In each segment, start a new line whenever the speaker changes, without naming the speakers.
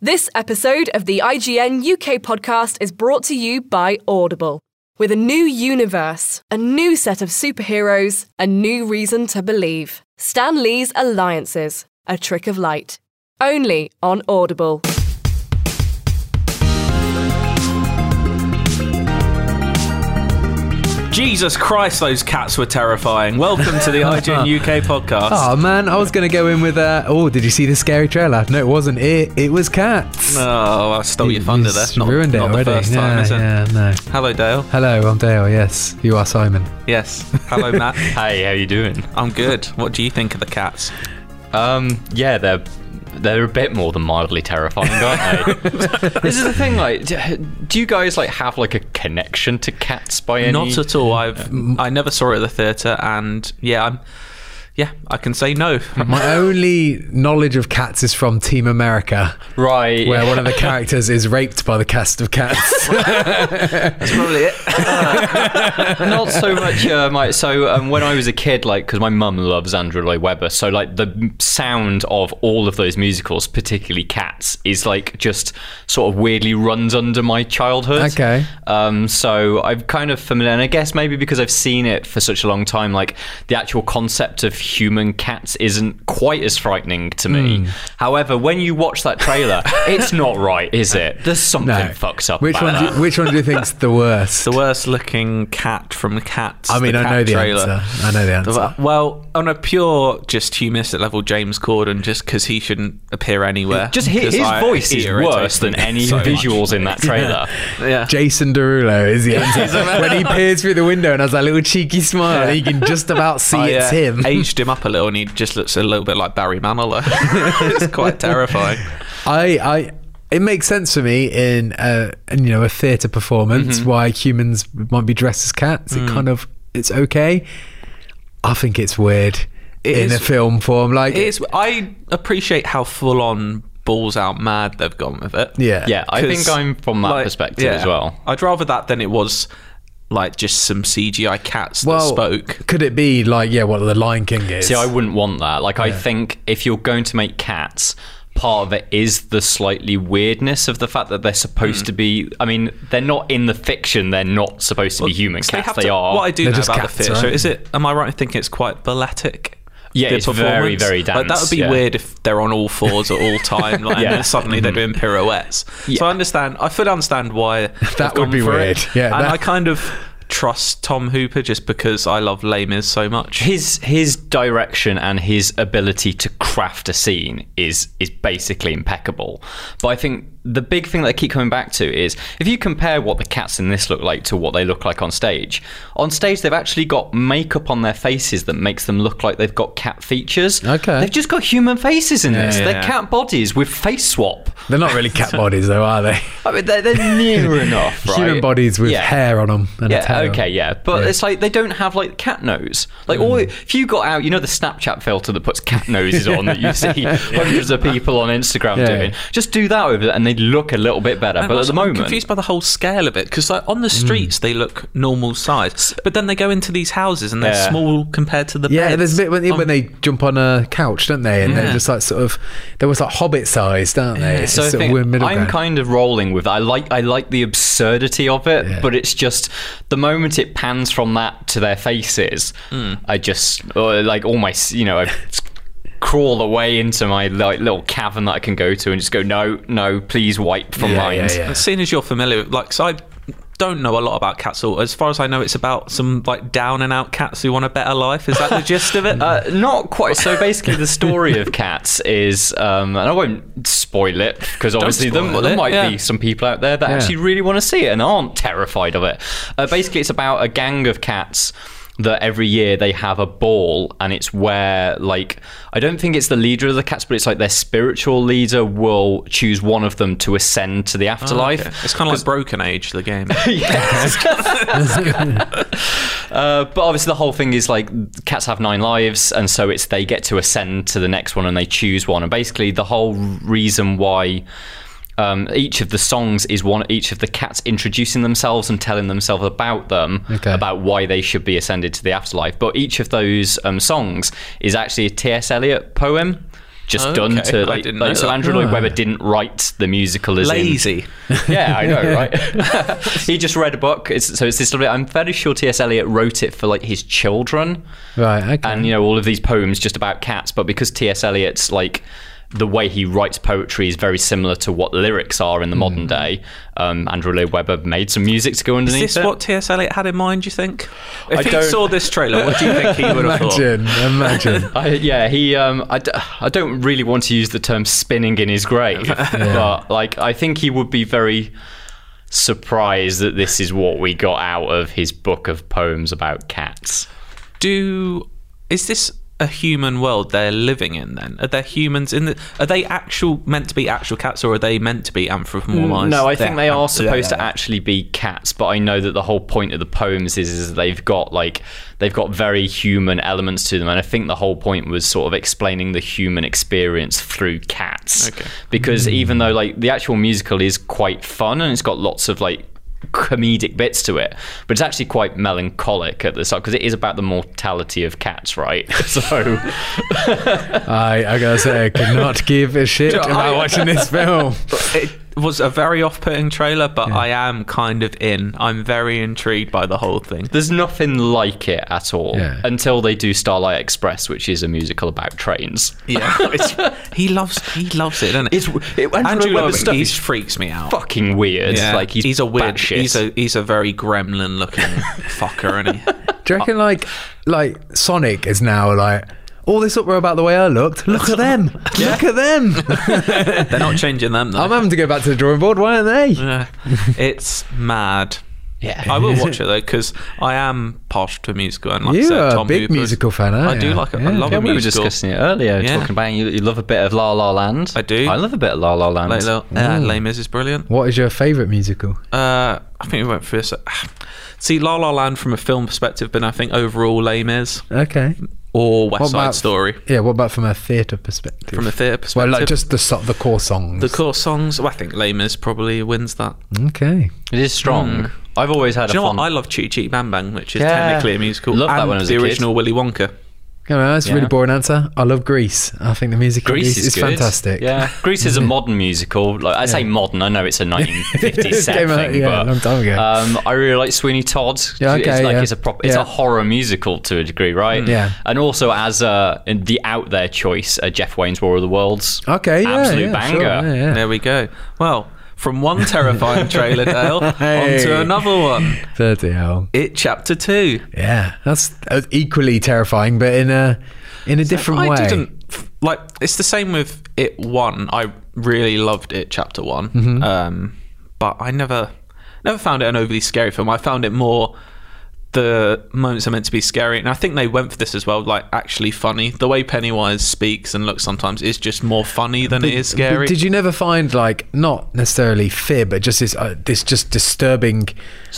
This episode of the IGN UK podcast is brought to you by Audible. With a new universe, a new set of superheroes, a new reason to believe. Stan Lee's Alliances, A Trick of Light. Only on Audible.
Jesus Christ, those cats were terrifying. Welcome to the IGN UK podcast.
Oh man, I was gonna go in with uh, oh, did you see the scary trailer? No, it wasn't it. It was cats.
Oh, I stole your
It
thunder there.
was
Not,
ruined it
not
already.
the first time,
yeah,
is it?
yeah, no.
Hello, Dale.
Hello, I'm Dale. Yes, you are Simon.
Yes. Hello, Matt.
Hey, how you doing?
I'm good. What do you think of the cats?
Um, yeah, they're they're a bit more than mildly terrifying, aren't they? this is the thing. Like, d- do you guys like have like a connection to cats by any?
Not at all. I've I never saw it at the theatre, and yeah, I'm yeah, I can say no.
My only knowledge of cats is from Team America,
right.
where one of the characters is raped by the cast of cats.
That's probably it.
not so much uh, my so um, when i was a kid like because my mum loves andrew lloyd webber so like the m- sound of all of those musicals particularly cats is like just sort of weirdly runs under my childhood
Okay.
um so i'm kind of familiar and i guess maybe because i've seen it for such a long time like the actual concept of human cats isn't quite as frightening to me
Hmm.
however when you watch that trailer it's not right is it there's something fucked up
Which
about
one?
that.
Do, you- which one do you think's the worst?
the worst looking cat from Cats.
I mean,
the
I
cat
know the
trailer.
answer. I know the answer.
Well, on a pure, just humanistic level, James Corden, just because he shouldn't appear anywhere.
Just his,
'Cause
his
I-
voice
he
is
irritates
worse than
me
any
so much.
visuals in that trailer.
Yeah.
Jason Derulo is the answer. when he peers through the window and has that little cheeky smile, you can just about see
I,
it's
uh,
him.
aged him up a little, and he just looks a little bit like Barry Manilow. it's quite terrifying.
I, I, it makes sense for me in a, in, you know, a theatre performance
Mm-hmm.
why humans might be dressed as cats.
Mm.
It kind of, it's okay. I think it's weird
It
in
is-
a film form, like
It's. I appreciate how full on balls out mad they've gone with it.
yeah,
Yeah, I think
'Cause,
I'm from that
like,
perspective
yeah,
as well.
I'd rather that than it was like just some CGI cats
Well,
that spoke.
could it be like yeah, what the Lion King is?
See, I wouldn't want that. Like, I think if you're going to make cats, part of it is the slightly weirdness of the fact that they're supposed
Hmm.
to be. I mean, they're not in the fiction. They're not supposed to be human
So
cats.
have
They,
to-
are.
What I do
They're
know
just
about
cats,
the theatre
right?
is it? Am I right in thinking it's quite balletic?
Yeah,
the
it's very,
performance?
very
Like, that would
dance,
be
yeah.
weird if they're on all fours at all time, like, and
Yeah. Mm-hmm.
then suddenly they're doing pirouettes. So I understand. I fully understand why they've
would
gone
be
for
weird.
It.
Yeah,
and
that-
I kind of trust Tom Hooper just because I love Les Mis so much.
his his direction and his ability to craft a scene is is basically impeccable. But I think the big thing that I keep coming back to is if you compare what the cats in this look like to what they look like on stage, on stage they've actually got makeup on their faces that makes them look like they've got cat features.
Okay.
They've just got human faces in this.
yeah,
They're
yeah.
cat bodies with face swap.
They're not really cat bodies though, are they?
I mean they're, they're near enough, right?
Human bodies with
Yeah.
hair on them and
Yeah,
a tail.
okay, yeah. But it's like they don't have like cat nose. Like
Mm.
all if you got out, you know the Snapchat filter that puts cat noses on that you see hundreds of people on Instagram
Yeah.
doing. Just do that over there and they look a little bit better. but at the
I'm
moment
confused by the whole scale of it because like on the
Mm.
streets they look normal size, but then they go into these houses and they're
Yeah.
small compared to the
Yeah,
beds.
there's a bit when,
Um,
when they jump on a couch, don't they? And
Yeah.
they're just like sort of, they're almost like hobbit sized, aren't they? It's
Mm. So I
just sort of
think
weird middle
I'm
ground.
kind of rolling with. I like I like the absurdity of it,
Yeah.
but it's just the moment it pans from that to their faces,
Hmm.
I just uh, like all my s- you know I crawl away into my like little cavern that I can go to and just go no no please wipe from
Yeah,
mind.
yeah, yeah.
As soon as you're familiar, like, so I don't know a lot about cats at all. As far as I know, it's about some like down and out cats who want a better life. Is that the gist of it?
Uh, not quite. So basically, the story of Cats is, um, and I won't spoil it because obviously there,
spoil
there
it,
might
yeah.
be some people out there that
Yeah.
actually really want to see it and aren't terrified of it. Uh, basically, it's about a gang of cats that every year they have a ball and it's where like i don't think it's the leader of the cats but it's like their spiritual leader will choose one of them to ascend to the afterlife
Oh, Okay. It's kind of like Broken Age, the game.
Uh, but obviously, the whole thing is like cats have nine lives, and so it's they get to ascend to the next one and they choose one. And basically, the whole reason why um, each of the songs is one each of the cats introducing themselves and telling themselves about them,
Okay.
about why they should be ascended to the afterlife. But each of those um, songs is actually a T.S. Eliot poem. just
Oh, Okay,
done
I
to like,
didn't
like,
know
so
that.
Andrew Lloyd
Ah.
Webber didn't write the musical as in-
Lazy.
yeah, I know, right? he just read a book. It's, so it's this little bit. I'm fairly sure T.S. Eliot wrote it for like his children,
Right. Okay.
and you know all of these poems just about cats. But because T.S. Eliot's like the way he writes poetry is very similar to what lyrics are
Hmm.
in the modern day. Um, Andrew Lloyd Webber made some music to go
Is
underneath
this
it.
what T.S. Eliot had in mind, do you think? If
I
he
don't-
saw this trailer, what do you think he would have thought?
imagine. Imagine.
I, yeah, he. Um, I, d- I don't really want to use the term spinning in his grave, but like I think he would be very surprised that this is what we got out of his book of poems about cats.
Do is this a human world they're living in then? Are there humans in the are they actual meant to be actual cats or are they meant to be anthropomorphized?
Mm, No, I think they are
They're-
supposed to actually be cats, but I know that the whole point of the poems is is they've got like they've got very human elements to them, and I think the whole point was sort of explaining the human experience through cats.
Okay.
Because even though like the actual musical is quite fun and it's got lots of like comedic bits to it but it's actually quite melancholic at the start because it is about the mortality of cats right so
I, I gotta say, I could not give a shit
Do you know,
about
I-
watching this film.
It was a very off-putting trailer, but I am kind of in. I'm very intrigued by the whole thing.
There's nothing like it at all
Yeah.
until they do Starlight Express, which is a musical about trains.
Yeah, he loves he loves it, doesn't he?
It's- it- Andrew Lloyd Webber's stuff
he
is-
freaks me out.
Fucking weird. Like he's,
a weird,
batshit.
he's a he's a very gremlin looking fucker, and he
Do you reckon like like Sonic is now like all this uproar about the way I looked? Look at them! Look at them!
they're not changing them. Though.
I'm having to go back to the drawing board. Why aren't they?
Yeah. it's mad.
yeah.
I will watch it though because I am posh to musical, and like
You
I said,
are a
Tom
big
Hooper's-
musical fan,
I
aren't
do
you?
like it.
Yeah.
I love
yeah,
a
we were
musical.
discussing it earlier,
Yeah.
talking about you, you love a bit of La La Land.
I do.
I love a bit of La La Land.
Like, little, uh, Les Mis is brilliant.
What is your favourite musical?
Uh, I think we went for this. See, La La Land from a film perspective, but I think overall Les Mis
Okay.
or West
What
Side
about-
Story
Yeah. What about from a theatre perspective?
from a theatre
well,
perspective.
like just the so- the core songs.
the core songs. Well, I think Les Mis probably wins that.
okay.
it is strong. I've always had
hmm. Do you
a
know
fond.
what? I love Chee Chee Bang Bang, which is
Yeah.
technically a musical.
Loved that
and
when I was
the
a kid.
original Willy Wonka.
All right, that's a really
Yeah.
boring answer. I love Greece. I think the music in
Greece
Greece
is, good.
fantastic.
Yeah, Greece is a modern musical. Like, I say modern. I know it's a 1950s
It came out,
thing,
yeah,
but
a long time ago.
Um, I really like Sweeney Todd.
Yeah,
it's
okay,
like
yeah.
it's a prop- it's
Yeah. Hmm.
a horror musical to a degree, right?
Yeah.
and also as uh, in the out there choice, uh, Jeff Wayne's War of the Worlds.
Okay. Yeah.
absolute
yeah,
banger.
sure, yeah, yeah.
There we go. Well, from one terrifying trailer, Dale, on
Hey.
to another one.
Bloody hell.
It Chapter 2.
Yeah, that's uh, equally terrifying, but in a in a different
I
way.
didn't. f- Like, it's the same with It 1. I really loved It Chapter one
Mm-hmm.
Um, but I never never found it an overly scary film. I found it more the moments are meant to be scary. And I think they went for this as well, like, actually funny. The way Pennywise speaks and looks sometimes is just more funny than it is
But
scary.
Did you never find like not necessarily fear, but just this uh, this just disturbing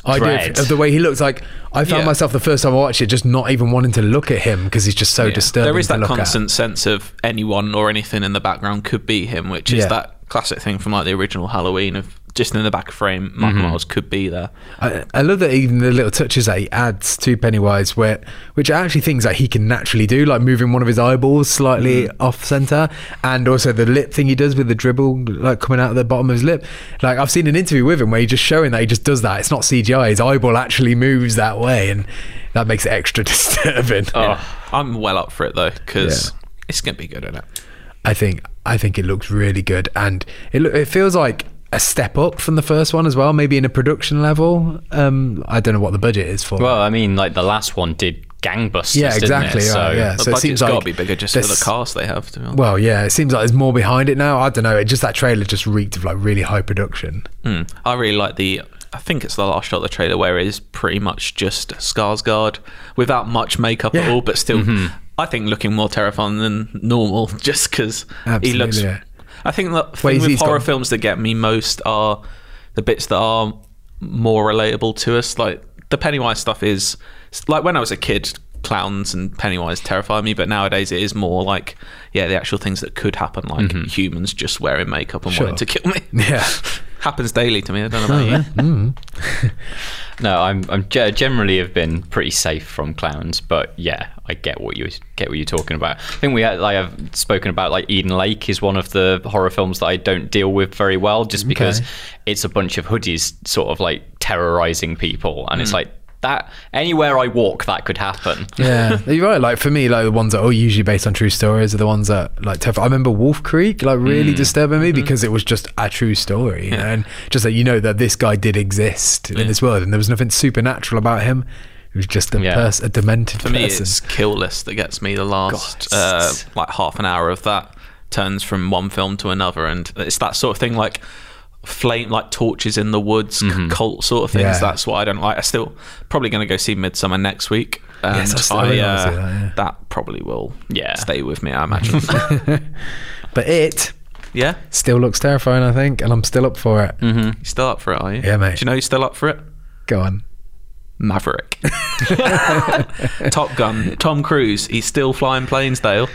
idea
dread.
of, of the way he looks? Like I found
Yeah.
myself the first time I watched it, just not even wanting to look at him because he's just so
Yeah.
disturbing.
There is
to
that
look at.
constant sense of anyone or anything in the background could be him, which is
Yeah.
that classic thing from like the original Halloween of just in the back frame, Michael
Mm-hmm.
Miles could be there.
I, I love that even the little touches that he adds to Pennywise, where which are actually things that he can naturally do, like moving one of his eyeballs slightly off center, and also the lip thing he does with the dribble, like coming out of the bottom of his lip. Like I've seen an interview with him where he just showing that he just does that. It's not CGI. His eyeball actually moves that way, and that makes it extra disturbing.
Yeah. I'm well up for it though because it's gonna be good, isn't it?
I think I think it looks really good, and it loo- it feels like a step up from the first one as well. Maybe in a production level. Um, I don't know what the budget is for. that.
Well, I mean, like the last one did gangbusters.
Yeah,
didn't
exactly,
It?
right,
So
yeah.
The
So it
budget's
seems
got
like
to be bigger just for the
this-
cast they have. To be honest.
Well, yeah, it seems like there's more behind it now. I don't know. It just that trailer just reeked of like really high production.
Hmm. I really like the. I think it's the last shot of the trailer where it is pretty much just Skarsgård without much makeup at
Yeah. Mm-hmm.
all, but still, I think looking more terrifying than normal just because he
Absolutely,
looks.
yeah.
I think the
Well,
thing
he's-
with
he's
horror
got-
films that get me most are the bits that are more relatable to us. Like the Pennywise stuff is like when I was a kid, clowns and Pennywise terrified me, but nowadays it is more like yeah, the actual things that could happen, like humans just wearing makeup and
Mm-hmm. Sure.
wanting to kill me.
Yeah.
happens daily to me. I
Oh,
don't know about you.
No, I'm, I'm ge- generally have been pretty safe from clowns, but yeah, I get what you get what you're talking about. I think we had, like I've spoken about like Eden Lake is one of the horror films that I don't deal with very well, just because it's a bunch of hoodies sort of like terrorizing people, and it's
Hmm.
like that anywhere I walk that could happen.
Yeah, you're right. Like for me, like the ones that are usually based on true stories are the ones that like. Terrify. I remember Wolf Creek like really
Mm.
disturbing
Mm-hmm.
me because it was just a true story, you know, and just that you know that this guy did exist in this world, and there was nothing supernatural about him. He was just a
Yeah.
pers- a demented
For me,
person.
it's Kill List that gets me. The last
God.
uh, like half an hour of that turns from one film to another, and it's that sort of thing like flame, like torches in the woods, c- cult sort of things.
Mm-hmm. Yeah.
That's what I don't like. I still probably going to go see Midsummer next week. And
Yes, I still
I,
really wanna
uh,
see that,
that,
yeah.
probably will
Yeah.
stay with me. I imagine.
but it
yeah,
still looks terrifying, I think, and I'm still up for it.
you still up for it, are you?
Yeah, mate.
Do you know you're still up for it?
Go on.
Maverick, Top Gun, Tom Cruise. He's still flying planes, Dale.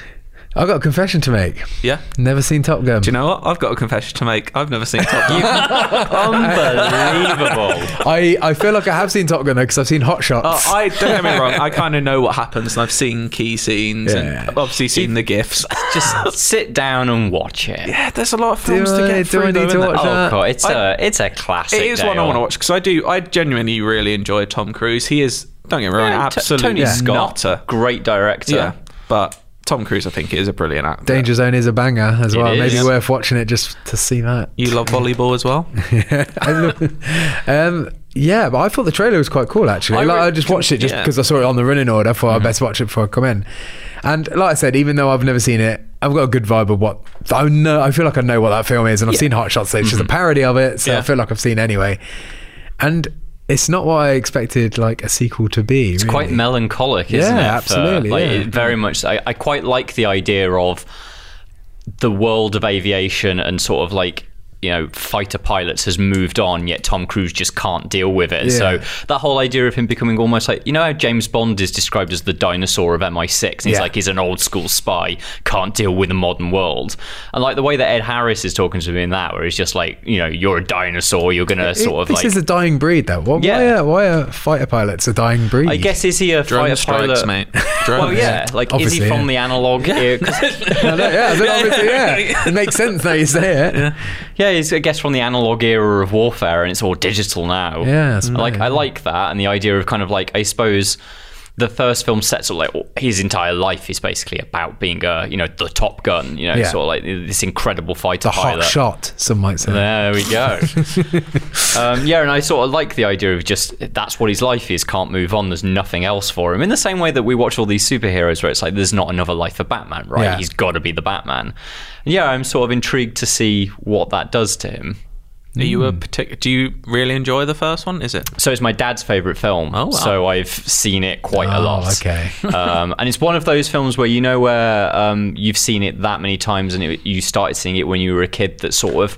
I've got a confession to make.
Yeah.
Never seen Top Gun.
Do you know what? I've got a confession to make. I've never seen Top Gun.
Unbelievable.
I, I feel like I have seen Top Gun though because I've seen Hot Shots.
Oh, I don't get me wrong. I kind of know what happens, and I've seen key scenes,
Yeah.
and I've obviously seen the gifs.
just sit down and watch it.
yeah, there's a lot of films
I-
to get
do I
through.
need
though,
to
isn't
watch
there?
that?
Oh god, it's
uh, I-
a it's a classic.
It is one I
Dale.
want to watch because I do. I genuinely really enjoy Tom Cruise. He is. Don't get me wrong.
Yeah, T-
absolutely
Tony Scott,
nutter.
great director.
Yeah, but Tom Cruise, I think, is a brilliant actor.
Danger Zone is a banger as well.
is.
Maybe worth watching it just to see that.
You love volleyball as well.
I love- um, yeah, but I thought the trailer was quite cool actually.
I
I, like,
re-
I just watched it just
yeah. Mm-hmm.
because I saw it on the running order. I thought I'd best watch it before I come in. And like I said, even though I've never seen it, I've got a good vibe of what I know. I feel like I know what that film is, and I've seen Hot Shots. so It's just a parody of it, so I
Mm-hmm. Yeah.
feel like I've seen anyway. And it's not what I expected like a sequel to be. It's
quite melancholic, isn't
Yeah,
it?
absolutely,
like,
yeah.
it very much. I, I quite like the idea of the world of aviation and sort of like you know fighter pilots has moved on yet tom cruise just can't deal with it so
Yeah.
that whole idea of him becoming almost like you know how james bond is described as the dinosaur of mi6 and he's
Yeah.
like he's an old school spy can't deal with the modern world and like the way that ed harris is talking to him in that where he's just like you know you're a dinosaur you're gonna sort of
this
like
is a dying breed, though. Why, why,
Yeah.
are, why are fighter pilots a dying breed?
i guess is he a
Drone
fighter
strikes,
pilot
mate.
Well,
Drones.
yeah. Like,
Obviously,
is he from
yeah.
the analog era? 'Cause-
No, no, yeah, I think obviously, yeah. It makes sense now you say it. Yeah,
yeah, he's, I guess, from the analog era of warfare, and it's all digital now.
Yeah, that's
Like,
right.
I like that, and the idea of kind of like, I suppose. The first film sets up like his entire life is basically about being a you know the Top Gun you know
Yeah.
sort of like this incredible fighter
the hot
pilot.
shot, some might say.
There we go. um, yeah, and I sort of like the idea of just that's what his life is, can't move on. There's nothing else for him. In the same way that we watch all these superheroes where it's like there's not another life for Batman, right?
Yeah.
He's got to be the Batman. And yeah, I'm sort of intrigued to see what that does to him.
Are you a particular? Do you really enjoy the first one? Is it?
So it's my dad's favorite film.
Oh, wow.
So I've seen it quite a
Oh,
lot.
okay.
um, and it's one of those films where you know where um, you've seen it that many times and it, you started seeing it when you were a kid that sort of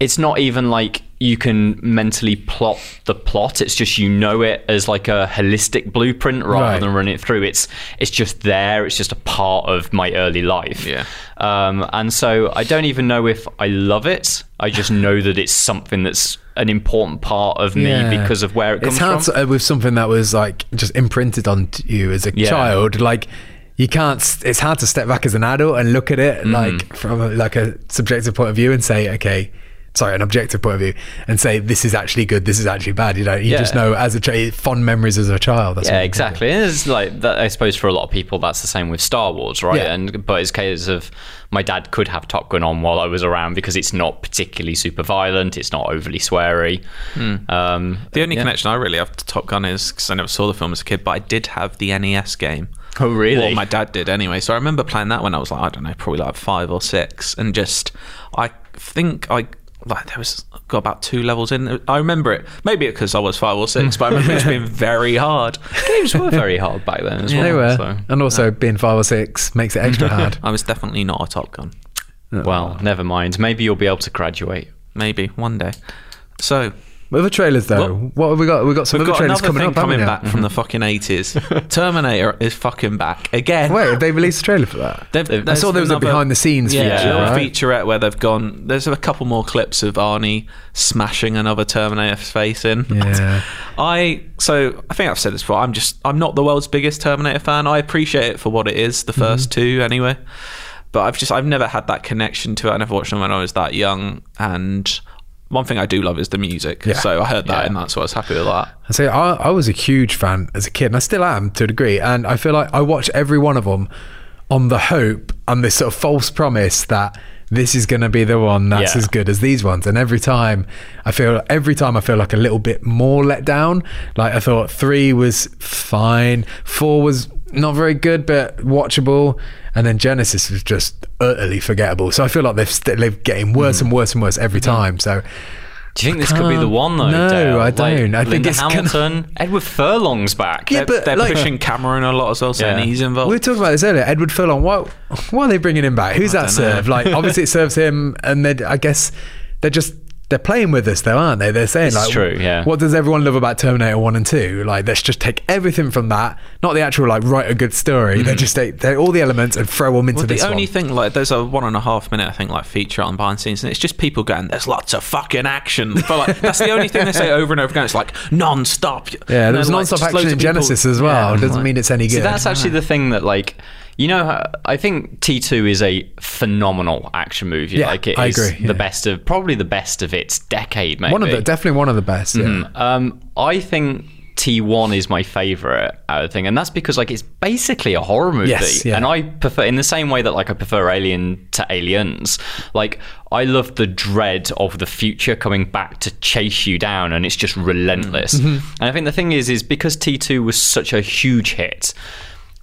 it's not even like you can mentally plot the plot it's just you know it as like a holistic blueprint rather
Right.
than running it through it's it's just there it's just a part of my early life
Yeah.
um, and so I don't even know if I love it. I just know that it's something that's an important part of me
Yeah.
because of where it comes
it's hard
from.
to- uh, with something that was like just imprinted onto you as a
Yeah.
child. Like you can't. s- It's hard to step back as an adult and look at
Mm.
it like from a, like a subjective point of view and say, okay. Sorry, an objective point of view, and say this is actually good, this is actually bad. You know, you
Yeah.
just know as a child, fond memories as a child. That's
yeah,
what you think of.
exactly. And it's like that, I suppose for a lot of people that's the same with Star Wars, right?
Yeah.
And but it's case of my dad could have Top Gun on while I was around because it's not particularly super violent. It's not overly sweary.
Hmm.
Um,
The only connection I really have to Top Gun is because I never saw the film as a kid, but I did have the NES game.
oh, really?
Well, my dad did anyway. So I remember playing that when I was like, I don't know, probably like five or six, and just I think I like there was got about two levels in. I remember it maybe because I was five or six, but I remember it's been very hard.
games were very hard back then as well.
They were,
so-
and also being five or six makes it extra hard.
I was definitely not a Top Gun.
Oh.
Well, never mind. Maybe you'll be able to graduate.
Maybe one day. So
Other trailers though.
What?
What have we got? We've got some
We've
other
got
trailers
another
coming
thing
up. haven't
coming
we now?
back from the fucking eighties. Terminator is fucking back again.
Wait, have they released a trailer for that?
They've-
I
there's
saw there was a
another-
behind the scenes
yeah,
feature,
little
right?
featurette where they've gone. There's a couple more clips of Arnie smashing another Terminator's face in.
Yeah.
I so I think I've said this before. I'm just I'm not the world's biggest Terminator fan. I appreciate it for what it is,
Mm-hmm.
the 1st two anyway. But I've just I've never had that connection to it. I never watched them when I was that young. And one thing I do love is the music.
Yeah.
So I heard that,
Yeah.
and that's what I was happy with that.
I say I, I was a huge fan as a kid, and I still am to a degree. And I feel like I watch every one of them on the hope and this sort of false promise that this is going to be the one that's
Yeah.
as good as these ones. And every time I feel, every time I feel like a little bit more let down. Like I thought three was fine, four was not very good but watchable, and then Genesis was just utterly forgettable. So I feel like they've st- they're getting worse and worse and worse every time. So
Do you think this could be the
can't-
one though?
No,
Dale?
I don't. I
Linda
think it's gonna-
Hamilton, Edward Furlong's back.
Yeah,
They're-
but,
They're
like-
pushing Cameron a lot as well, saying
Yeah.
he's involved.
We were talking about this earlier. Edward Furlong. Why? Why are they bringing him back? Who's that
don't know.
serve? Like, obviously it serves him, and they I guess they're just they're playing with us, though, aren't they? They're saying like,
true, yeah.
What does everyone love about Terminator One and Two? Like, let's just take everything from that, not the actual like write a good story. They just take they all the elements and throw them into
Mm-hmm. Well,
this
the only
one.
thing like there's a one and a half minute I think like feature on behind the scenes and it's just people going there's lots of fucking action but like that's the only thing they say over and over again it's like non-stop
yeah,
And
there was
then, like,
non-stop
just loads
action
of
in
people-
Genesis as well.
Yeah,
Doesn't
like-
mean it's any good.
See, that's actually the thing that, like, you know, how- I think T2 is a phenomenal action movie.
Yeah,
like, it is
I agree, yeah.
the best of, probably the best of its decade, maybe.
one of the definitely one of the best. Yeah.
Mm-hmm.
Um, I think T1 is my favorite out of the thing, and that's because like it's basically a horror movie,
Yes, yeah.
and I prefer in the same way that like I prefer Alien to Aliens. Like I love the dread of the future coming back to chase you down, and it's just relentless.
Mm-hmm.
And I think the thing is, is because T2 was such a huge hit.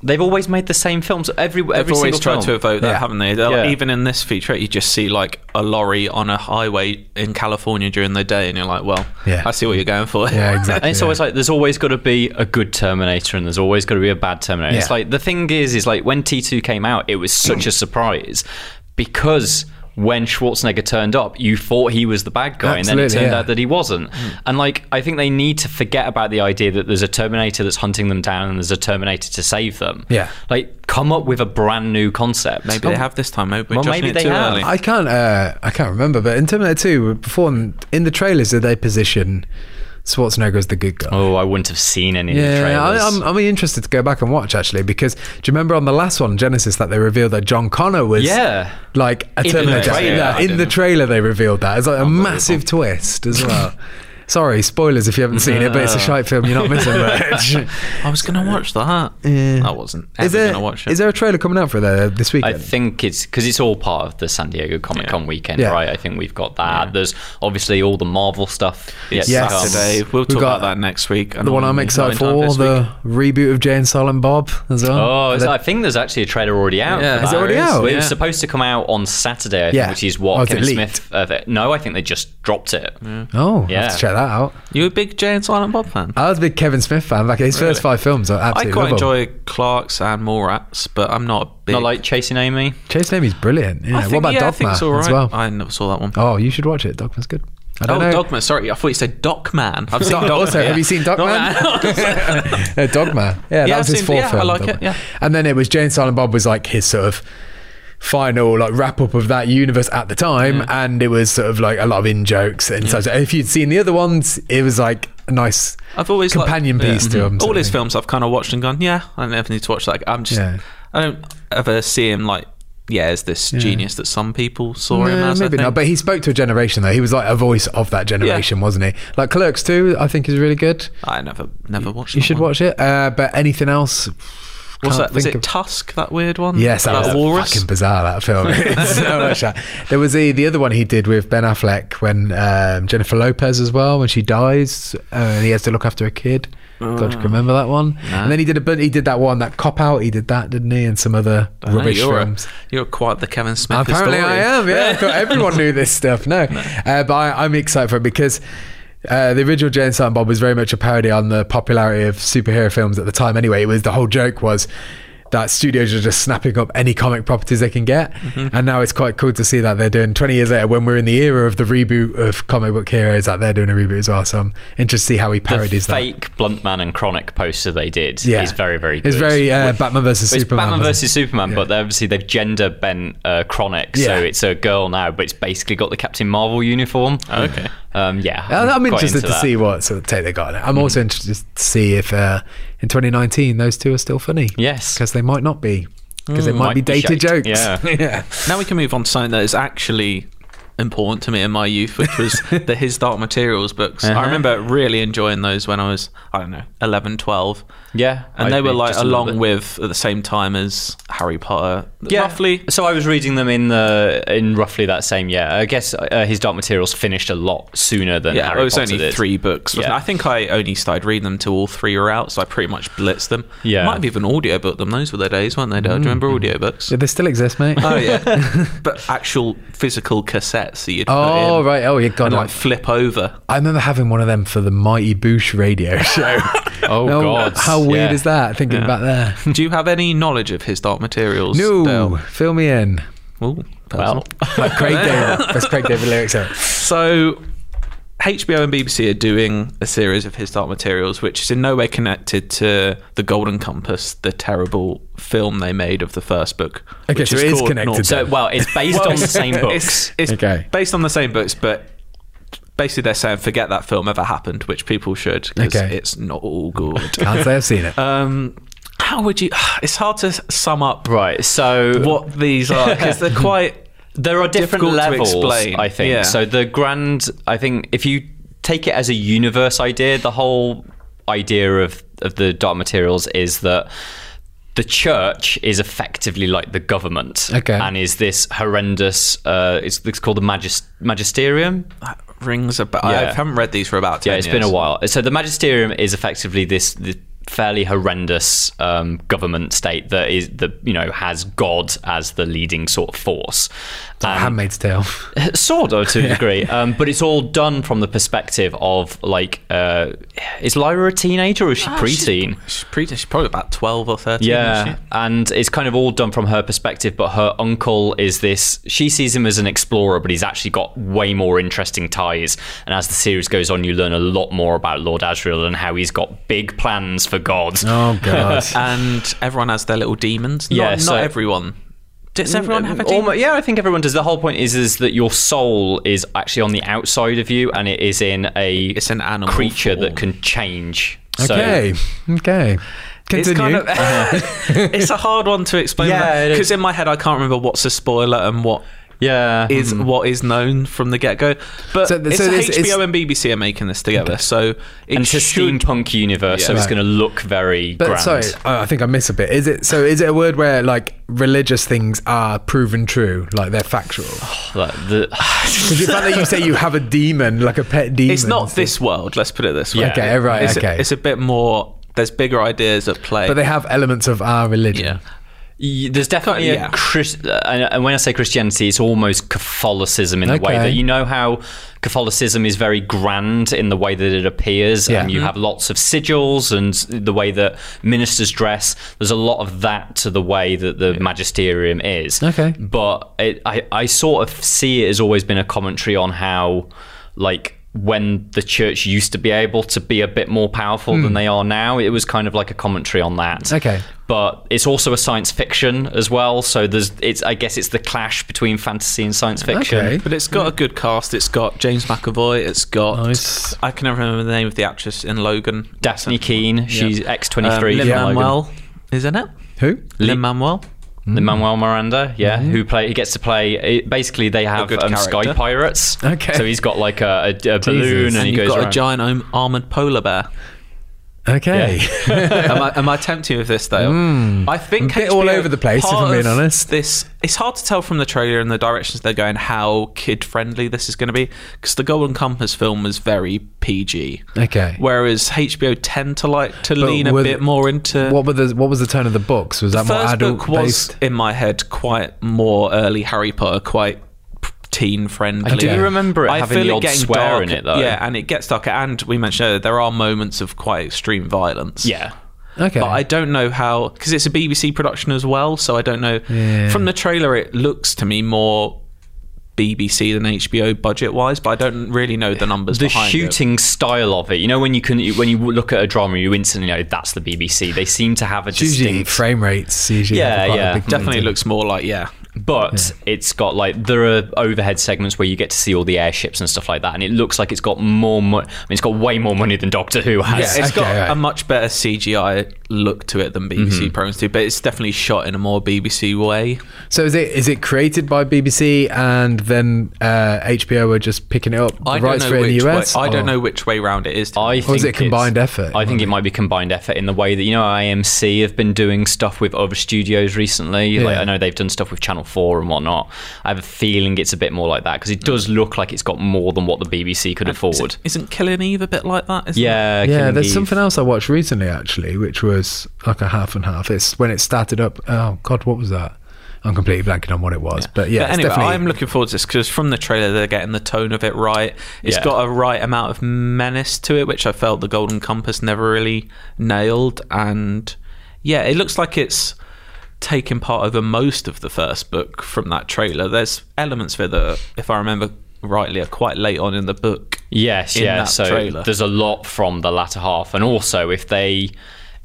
They've always made the same films. Every
They've
every
always
single
tried to
film.
evoke that,
Yeah.
haven't they? They're-
Yeah.
Even in this feature, you just see like a lorry on a highway in California during the day, and you're like, "Well,
Yeah.
I see what you're going for."
Yeah, exactly.
And it's
yeah.
always like there's always got to be a good Terminator and there's always got to be a bad Terminator. It's
Yeah. Mm.
like the thing is, is like when T2 came out, it was such a surprise because when Schwarzenegger turned up, you thought he was the bad guy, and then
Absolutely,
it turned
yeah. Mm.
out that he wasn't. And like I think they need to forget about the idea that there's a Terminator that's hunting them down and there's a Terminator to save them.
Yeah.
like come up with a brand new concept.
Maybe
Oh,
they have this time. Maybe we're
Well,
judging
maybe
it
they
too
have.
early.
I can't. Uh, I can't remember. But in Terminator Two, before in the trailers, did they position Schwarzenegger as the good guy?
Oh, I wouldn't have seen any of the
Yeah,
trailers.
I, I'm, I'm interested to go back and watch actually because do you remember on the last one Genesis that they revealed that John Connor was
Yeah.
like a
the
Terminator
trailer,
Yeah,
I
in the
didn't.
trailer they revealed that it's like a massive twist as well. Sorry, spoilers if you haven't seen it, but it's a shite film. You're not missing much.
I was going to watch that. I wasn't ever
is there
going to watch it.
is there a trailer coming out for there this
I
weekend?
think it's because it's all part of the San Diego Comic Con weekend,
Yeah.
right? I think we've got that. There's obviously all the Marvel stuff. yet to
Yes.
come.
Saturday. We'll
We've
talk
got
about that next week.
the one I'm excited for, the reboot of Jane Silent Bob as well.
Oh,
Are
is-
they-
I think there's actually a trailer already out.
Yeah.
for
Is
that.
it already out?
It was
Yeah.
supposed to come out on Saturday, I think,
Yeah.
which is
Oh,
what
is it
Kevin
leaked?
Smith. Uh, no, I think they just dropped it.
oh, I have
Yeah.
to check that out.
You a big Jay and Silent Bob fan?
I was a big Kevin Smith fan. Like his first five films, I
I
absolutely
quite
love 'em.
enjoy Clark's and Morats, but I'm not a big.
Not like Chasing Amy.
Chase Namey's brilliant. Yeah.
I think,
what about
yeah, I
Dogma
think it's all
as
right.
well?
I never saw that one.
Oh, you should watch it. Dogma's good. I don't
oh,
know.
Dogman. Sorry, I thought you said Docman. I've seen
Dog-
Dogman.
also, have you seen Dogman? Uh, Dogma. Yeah, that
Yeah, I've
was his
seen-
fourth
yeah, I
film.
like it,
Dogma.
yeah.
And then it was Jane Silent Bob was like his sort of final like wrap up of that universe at the time, and it was sort of like a lot of in jokes. And so if you'd seen the other ones, it was like a nice
I've always
companion
liked, yeah. mhm. mm-hmm.
piece to him.
All
sort of
his
thing.
films I've kind of watched and gone, yeah, I never need to watch that. I'm just,
Yeah.
I don't ever see him like, yeah, is this genius that some people saw him
No,
as? I
maybe not,
think.
but he spoke to a generation though. He was like a voice of that generation, wasn't he? Like Clerks 2, I think is really good.
I never, never watched.
You
that
should
one.
watch it. Uh, but anything else?
Was
Can't
that? Was
think
it
of-
Tusk? That weird one?
Yes, that
About
was
a walrus.
fucking bizarre. That film. It's so much that. There was the the other one he did with Ben Affleck when um, Jennifer Lopez as well when she dies uh, and he has to look after a kid. God, you can remember that one. And then he did a bun- he did that one that cop out. He did that, didn't he? And some other
I know,
rubbish
you're, a-
films.
you're quite the Kevin Smith. of
Apparently,
story.
I am. Yeah, I thought everyone knew this stuff. No, Uh, but I, I'm excited for it because. Uh, the original Jane Silent Bob was very much a parody on the popularity of superhero films at the time. Anyway, it was the whole joke was that studios are just snapping up any comic properties they can get.
Mm-hmm.
And now it's quite cool to see that they're doing 20 years later when we're in the era of the reboot of comic book heroes that they're doing a reboot as well. So I'm interested to see how he
The
parodies that.
fake Bluntman and Chronic poster they did
Yeah.
is very, very good.
It's very uh, Batman versus
It's
Superman.
Batman
wasn't it?
versus Superman, but they obviously they've gender bent uh, Chronic, so
Yeah.
it's a girl now, but it's basically got the Captain Marvel uniform.
Oh, Okay.
Um, yeah,
I'm, Uh, I'm
quite
interested to
into that. Hmm.
see what sort of take they got on it. I'm also interested to see if uh, in 2019 those two are still funny.
Yes. Hmm,
because they might not be. Because they might, be dated
shaped.
jokes.
Yeah.
Now we can move on to something that is actually important to me in my youth, which was the His Dark Materials books.
Uh-huh.
I remember really enjoying those when I was, I don't know, 11, 12.
Yeah,
And
I'd
they were
be
like
just a little
along
bit-
with at the same time as Harry Potter.
Yeah.
Roughly.
So I was reading them in the in roughly that same year. I guess uh, his Dark Materials finished a lot sooner than
Yeah,
Harry
it was
Potter
only
did.
three books. wasn't
Yeah.
it? I think I only started reading them till all three were out, so I pretty much blitzed them.
Yeah. Mm,
Might have even audiobooked them. Those were the days, weren't they, Dale? Do you remember audiobooks?
Do they still exist, mate?
Oh yeah, but actual physical cassettes that you'd put
oh
in
right. Oh, yeah. God.
and
Like,
like flip over.
I remember having one of them for the Mighty Boosh radio show.
Oh
No,
god,
How weird
Yeah.
is that? Thinking back there.
Do you have any knowledge of his dark materials?
No,
Dale?
fill me in.
Ooh,
Well,
personal.
Like Craig David. That's Craig David lyrics. Out.
so HBO and BBC are doing a series of his dark materials, which is in no way connected to the Golden Compass, the terrible film they made of the first book.
Okay,
which
so it is
called
connected
North-
then.
so well, it's based on the same books.
It's, it's
Okay.
based on the same books, but basically they're saying forget that film ever happened, which people should because
Okay.
it's not all good.
Can't say I've seen it.
um, how would you? It's hard to sum up
Right. So
what these are because they're quite.
There are different
Difficult to
levels,
explain.
I think.
Yeah.
So the grand, I think, if you take it as a universe idea, the whole idea of of the dark materials is that the church is effectively like the government,
Okay.
and is this horrendous. Uh, it's, it's called the magis- magisterium.
Rings about. I
Yeah.
haven't read these for about. 10
Yeah, it's
years.
been a while. So the magisterium is effectively this, this fairly horrendous um, government state that is that you know has God as the leading sort of force. And-
Handmaid's Tale.
sort of to a degree um, but it's all done from the perspective of like uh, is lyra a teenager or is she preteen
Ah, She's, pre- she's probably about twelve or thirteen. isn't
yeah, and it's kind of all done from her perspective. But her uncle is this. She sees him as an explorer, but he's actually got way more interesting ties. And as the series goes on, you learn a lot more about Lord Asriel and how he's got big plans for God.
Oh God.
she? And everyone has their little demons. Not,
Yeah,
not
so-
everyone. Does everyone have a demon?
Mm, uh, Almo- yeah, I think everyone does. The whole point is is that your soul is actually on the outside of you, and it is in a
It's an animal
creature
form.
that can change. So-
Okay. okay. Continue.
It's kind of it's a hard one to explain
Uh-huh. Yeah, it
because
is.
in my head I can't remember what's a spoiler and what
yeah,
is what is known from the get go. But
So-
it's
so this-
HBO
it's-
and BBC are making this together, so it
and it's a
should.
steampunk universe, so
Yeah.
it's going to look very
But
grand.
sorry, I I think I miss a bit. Is it so? Is it a word where like religious things are proven true, like they're factual?
Like the,
Because the fact that you say you have a demon, like a pet demon,
It's not this world. Let's put it this way.
Yeah.
Okay, right,
It's a-
okay.
it's a bit more. There's bigger ideas at play.
but they have elements of our religion.
yeah.
Y- There's definitely
yeah.
a Chris, uh, and and when I say Christianity, it's almost Catholicism in the way
Okay.
that you know how Catholicism is very grand in the way that it appears,
Yeah. Mm-hmm.
and you have lots of sigils and the way that ministers dress. There's a lot of that to the way that the magisterium is.
Okay.
but it, I I sort of see it as always been a commentary on how like. When the church used to be able to be a bit more powerful than they are now, it was kind of like a commentary on that
Hmm. Okay.
but it's also a science fiction as well. So there's, it's I guess it's the clash between fantasy and science fiction.
Okay.
But it's got a good cast. It's got James McAvoy. It's got
Nice.
I can never remember the name of the actress in Logan. Um,
Daphne Keane, she's X twenty three.
Lin Manuel, isn't it?
Who?
Lin Manuel.
Manuel Miranda, yeah, who play he
Mm-hmm.
gets to play. It, basically, they have
good
um, sky
character.
pirates.
Okay.
so he's got like a, a, a balloon, and,
And
he
you've
goes
got a
around.
giant arm- armored polar bear.
Okay.
am, I, am I tempting with this though? I think
Hmm. A bit
HBO,
all over the place, if
part
I'm being
of
honest.
This it's hard to tell from the trailer and the directions they're going how kid friendly this is going to be because the Golden Compass film was very PG.
Okay.
Whereas HBO tend to like to
But
lean a
were-
bit more into
what were the what was the tone of the books? Was that more
first
adult
book was
based?
in my head quite more early Harry Potter, quite teen friendly.
I do remember it having the odd swear in it, though.
Yeah, and it gets darker. And we mentioned earlier, there are moments of quite extreme violence.
yeah.
Okay.
But I don't know how because it's a BBC production as well, so I don't know.
Yeah.
From the trailer, it looks to me more BBC than HBO budget wise, but I don't really know the numbers.
the
behind it.
shooting style of it. You know, when you can, when you look at a drama, you instantly know that's the BBC. They seem to have a
It's usually
distinct,
frame rates. Usually have
Yeah,
quite a
yeah,
big
definitely
difference.
looks more like yeah.
but it's got like there are overhead segments where you get to see all the airships and stuff like that, and it looks like it's got more. Mo- I mean, it's got way more money than Doctor Who
Yeah,
has.
it's
okay,
got
right.
a much better CGI look to it than BBC
Mm-hmm.
programs do, but it's definitely shot in a more BBC way.
So is it is it created by BBC and then uh, HBO are just picking it up the
I don't
rights
know
for it in
which
the US?
way, I don't
or-
know which way round it is. to
I
be
think
Or is it a
it's-
combined effort?
I think it might be combined effort in the way that you know IMC have been doing stuff with other studios recently. Like
Yeah.
I know they've done stuff with Channel Four and whatnot. I have a feeling it's a bit more like that because it does look like it's got more than what the BBC could afford.
Isn't Killing Eve a bit like that? Isn't it?
Yeah,
Yeah,
Killing
there's
Eve.
something else I watched recently actually, which was like a half and half. It's when it started up. Oh God, what was that? I'm completely blanking on what it was, but yeah,
but
it's
anyway,
definitely-
I'm looking forward to this because from the trailer they're getting the tone of it right. It's
Yeah.
got a right amount of menace to it, which I felt the Golden Compass never really nailed. And yeah, it looks like it's taken part over most of the first book from that trailer. There's elements of it that, if I remember rightly, are quite late on in the book.
Yes,
in
yeah.
that
so
trailer.
there's a lot from the latter half, and also if they,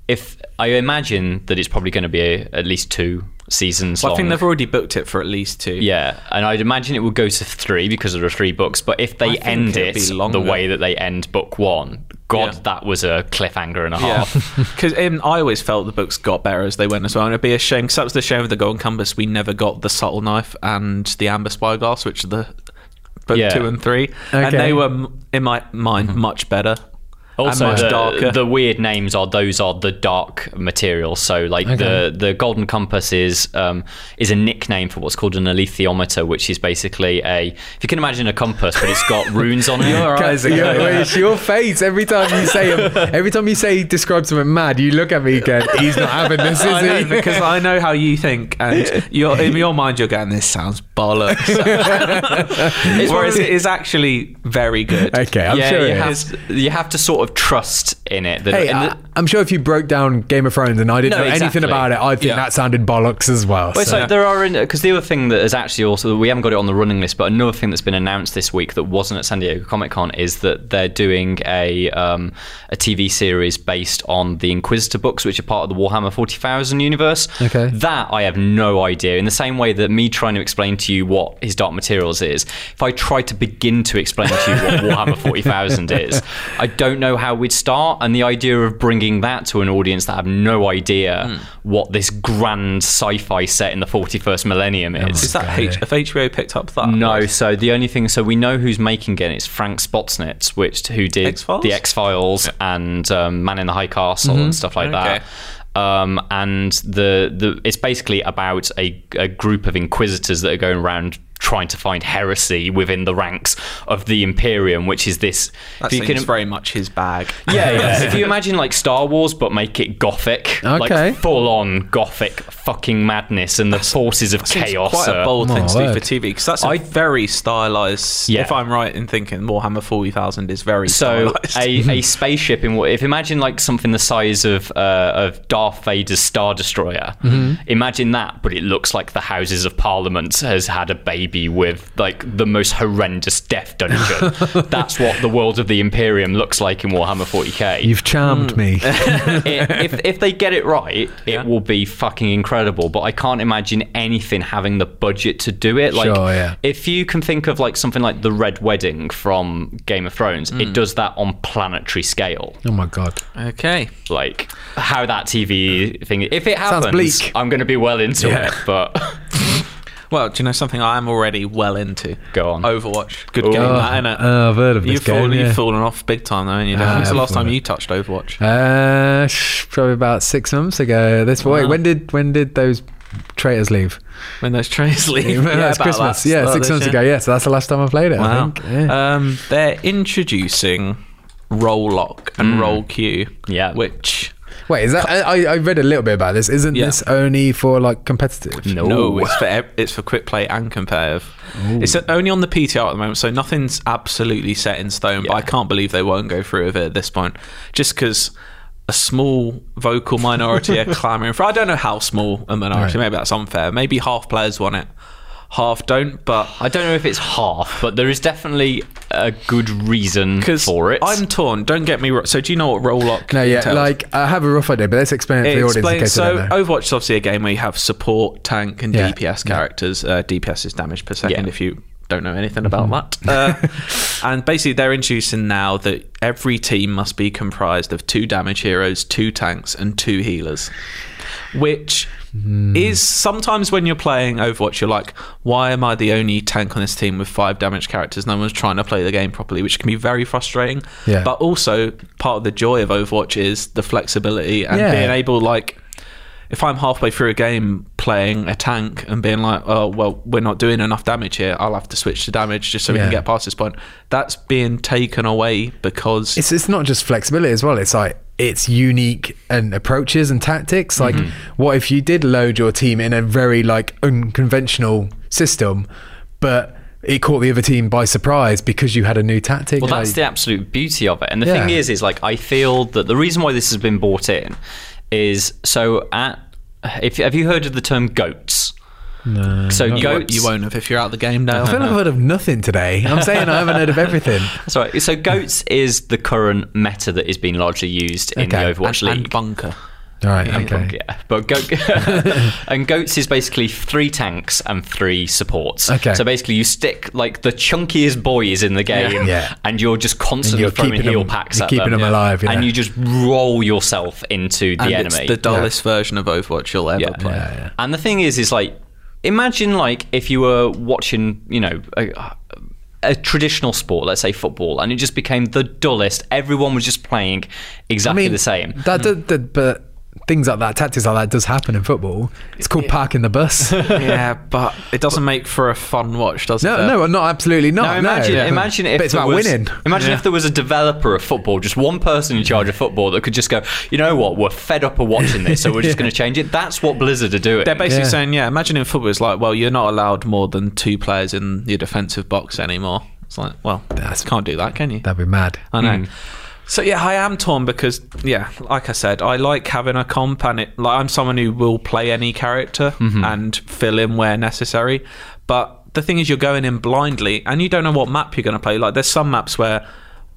if I imagine that it's probably going to be a, at least two seasons
Well, I
long.
think they've already booked it for at least two.
yeah, and I'd imagine it would go to three because there are three books. But if they
think
end
it'd
it
be
the
longer.
way that they end book one, God,
Yeah.
that was a cliffhanger and a
Yeah,
half.
because I always felt the books got better as they went as well, and it'd be a shame. Because that was the shame of the Golden Compass. We never got the Subtle Knife and the Amber Spyglass, which are the book
Yeah. Mm-hmm.
two and three, and
Okay.
they were m- in my mind much better
Also,
and much
the,
darker.
the weird names are those are the dark materials. So, like the the golden compass is um, is a nickname for what's called an alethiometer, which is basically a if you can imagine a compass, but it's got runes on it.
Guys, your, it's your face every time you say every time you say describe something mad, you look at me again. He's not having this,
I know,
is he?
because I know how you think, and you're, in your mind you're going, "This sounds bollocks," whereas it is actually very good.
Okay, I'm
yeah,
sure
you
it
have,
is.
you have to sort of trust in it. That,
Hey,
and
I, I'm sure if you broke down Game of Thrones and I didn't
No,
know anything
exactly.
about it, I think
Yeah.
that sounded bollocks as well.
Well, it's
so-
like there are because the other thing that is actually also we haven't got it on the running list, but another thing that's been announced this week that wasn't at San Diego Comic Con is that they're doing a um, a TV series based on the Inquisitor books, which are part of the Warhammer Forty Thousand universe.
Okay.
that I have no idea. In the same way that me trying to explain to you what his Dark Materials is, if I tried to begin to explain to you what Warhammer Forty Thousand is, I don't know how we'd start. And the idea of bringing that to an audience that have no idea what this grand sci-fi set in the forty-first millennium is.
Is that H- if HBO picked up that?
No, so the only thing, so we know who's making it. and It's Frank Spotsnitz, which who did
X-Files? Mm-hmm.
the X Files and um, Man in the High Castle and stuff like
Okay.
that. Um, and the, the it's basically about a, a group of inquisitors that are going around trying to find heresy within the ranks of the Imperium, which is this.
that
if you
seems
can-
very much his bag.
yeah, yeah. if you imagine like Star Wars, but make it gothic,
Okay.
like full-on gothic fucking madness and the forces of
Seems
chaos.
Quite a
are-
bold
My
thing to do
word.
for TV because that's a
I-
very stylized.
Yeah.
If I'm right in thinking, Warhammer Forty Thousand is very
So
stylized.
a, a spaceship in what if imagine like something the size of uh, of Darth Vader's Star Destroyer. Imagine that, but it looks like the Houses of Parliament has had a baby with like the most horrendous death dungeon. That's what the world of the Imperium looks like in Warhammer 40k.
You've charmed
Hmm.
me.
I- if, if they get it right, it will be fucking incredible. But I can't imagine anything having the budget to do it. Like,
Sure, yeah.
if you can think of like something like the Red Wedding from Game of Thrones,
Mm.
it does that on planetary scale.
Oh my god.
okay.
Like how that TV thing. If it
Sounds
happens,
bleak.
I'm going to be well into
Yeah.
it. But
Well, do you know something I am already well into?
Go on.
Overwatch. Good
Ooh.
game,
Oh,
that, innit?
oh, I've heard of this
you've Fallen,
game, yeah.
You've fallen off big time, though, haven't you?
Ah,
When's the
I've
last time
fallen
you touched Overwatch?
Uh, sh- probably about six months ago. This boy. When did when did those traitors leave?
when those trays leave.
When
Yeah,
that's
about
Christmas.
that
yeah,
start
six
this
months
year.
ago. Yeah, so that's the last time I played it. I
Wow.
think. Yeah.
Um, they're introducing roll lock and roll queue.
Hmm. Yeah.
Which
Wait, is that? I, I- I read a little bit about this. Isn't
Yeah.
this only for like competitive?
no,
No, it's for ev- it's for quick play and competitive. It's only on the PTR at the moment, so nothing's absolutely set in stone. But I can't believe they won't go through with it at this point, just because a small vocal minority are clamoring for. I don't know how small a minority. Maybe that's unfair. Maybe half players want it, half don't. But
I don't know if it's half, but there is definitely a good reason
because
for it.
I'm torn. Don't get me wrong. So do you know what roll lock?
No, yeah,
entails?
like I have a rough idea, but let's explain it to the audience in
Explain.
case they
So
don't know.
Overwatch is obviously a game where you have support, tank, and
Yeah.
DPS characters. Uh, DPS is damage per second.
Yeah.
If you don't know anything about
Mm-hmm.
that, uh, and basically they're introducing now that every team must be comprised of two damage heroes, two tanks, and two healers, which.
Mm.
Is sometimes when you're playing Overwatch, you're like, why am I the only tank on this team with five damage characters? No one's trying to play the game properly, which can be very frustrating.
Yeah.
But also, part of the joy of Overwatch is the flexibility and
Yeah.
being able like if I'm halfway through a game playing a tank and being like, oh well, we're not doing enough damage here, I'll have to switch to damage just so we can
Yeah.
get past this point. That's being taken away because
it's it's not just flexibility as well. It's like it's unique and approaches and tactics. Like,
Mm-hmm.
what if you did load your team in a very like unconventional system, but it caught the other team by surprise because you had a new tactic.
Well, that's
Like,
the absolute beauty of it. And the
Yeah.
thing is, is like I feel that the reason why this has been bought in is so at if have you heard of the term goats? No. So
you,
goats.
you won't have if you're out of the game now.
I feel like I've heard of nothing today. I'm saying I haven't heard of everything.
Sorry. So goats is the current meta that is being largely used in the
Okay.
and,
Overwatch League.
and bunker.
All right, okay.
Yeah, but go- and goats is basically three tanks and three supports.
Okay.
So basically, you stick like the chunkiest boys in the game,
Yeah.
and you're just constantly
you're
throwing
keeping
heal
them-
packs
you're
at
keeping them alive, yeah.
and you just roll yourself into the
And
enemy.
it's the dullest version of Overwatch you'll ever
Yeah.
play.
And the thing is, is like, imagine like if you were watching, you know, a, a traditional sport, let's say football, and it just became the dullest. Everyone was just playing exactly the same.
That, that, that- but things like that, tactics like that, does happen in football. It's called parking the bus. no,
yeah, but it doesn't make for a fun watch, does it?
no, not absolutely not.
No, imagine, imagine if
but it's
there
about
was,
winning.
Imagine if there was a developer of football, just one person in charge of football that could just go, you know what, we're fed up of watching this, so we're just going to change it. That's what Blizzard are doing.
They're basically
Yeah.
saying, yeah, imagine in football, it's like, well, you're not allowed more than two players in your defensive box anymore. It's like, well,
That's-
can't do that, can you?
That'd be mad.
I know.
Hmm.
So yeah, I am torn because yeah, like I said, I like having a comp, and it, like I'm someone who will play any character
Mm-hmm.
and fill in where necessary. But the thing is, you're going in blindly, and you don't know what map you're going to play. Like there's some maps where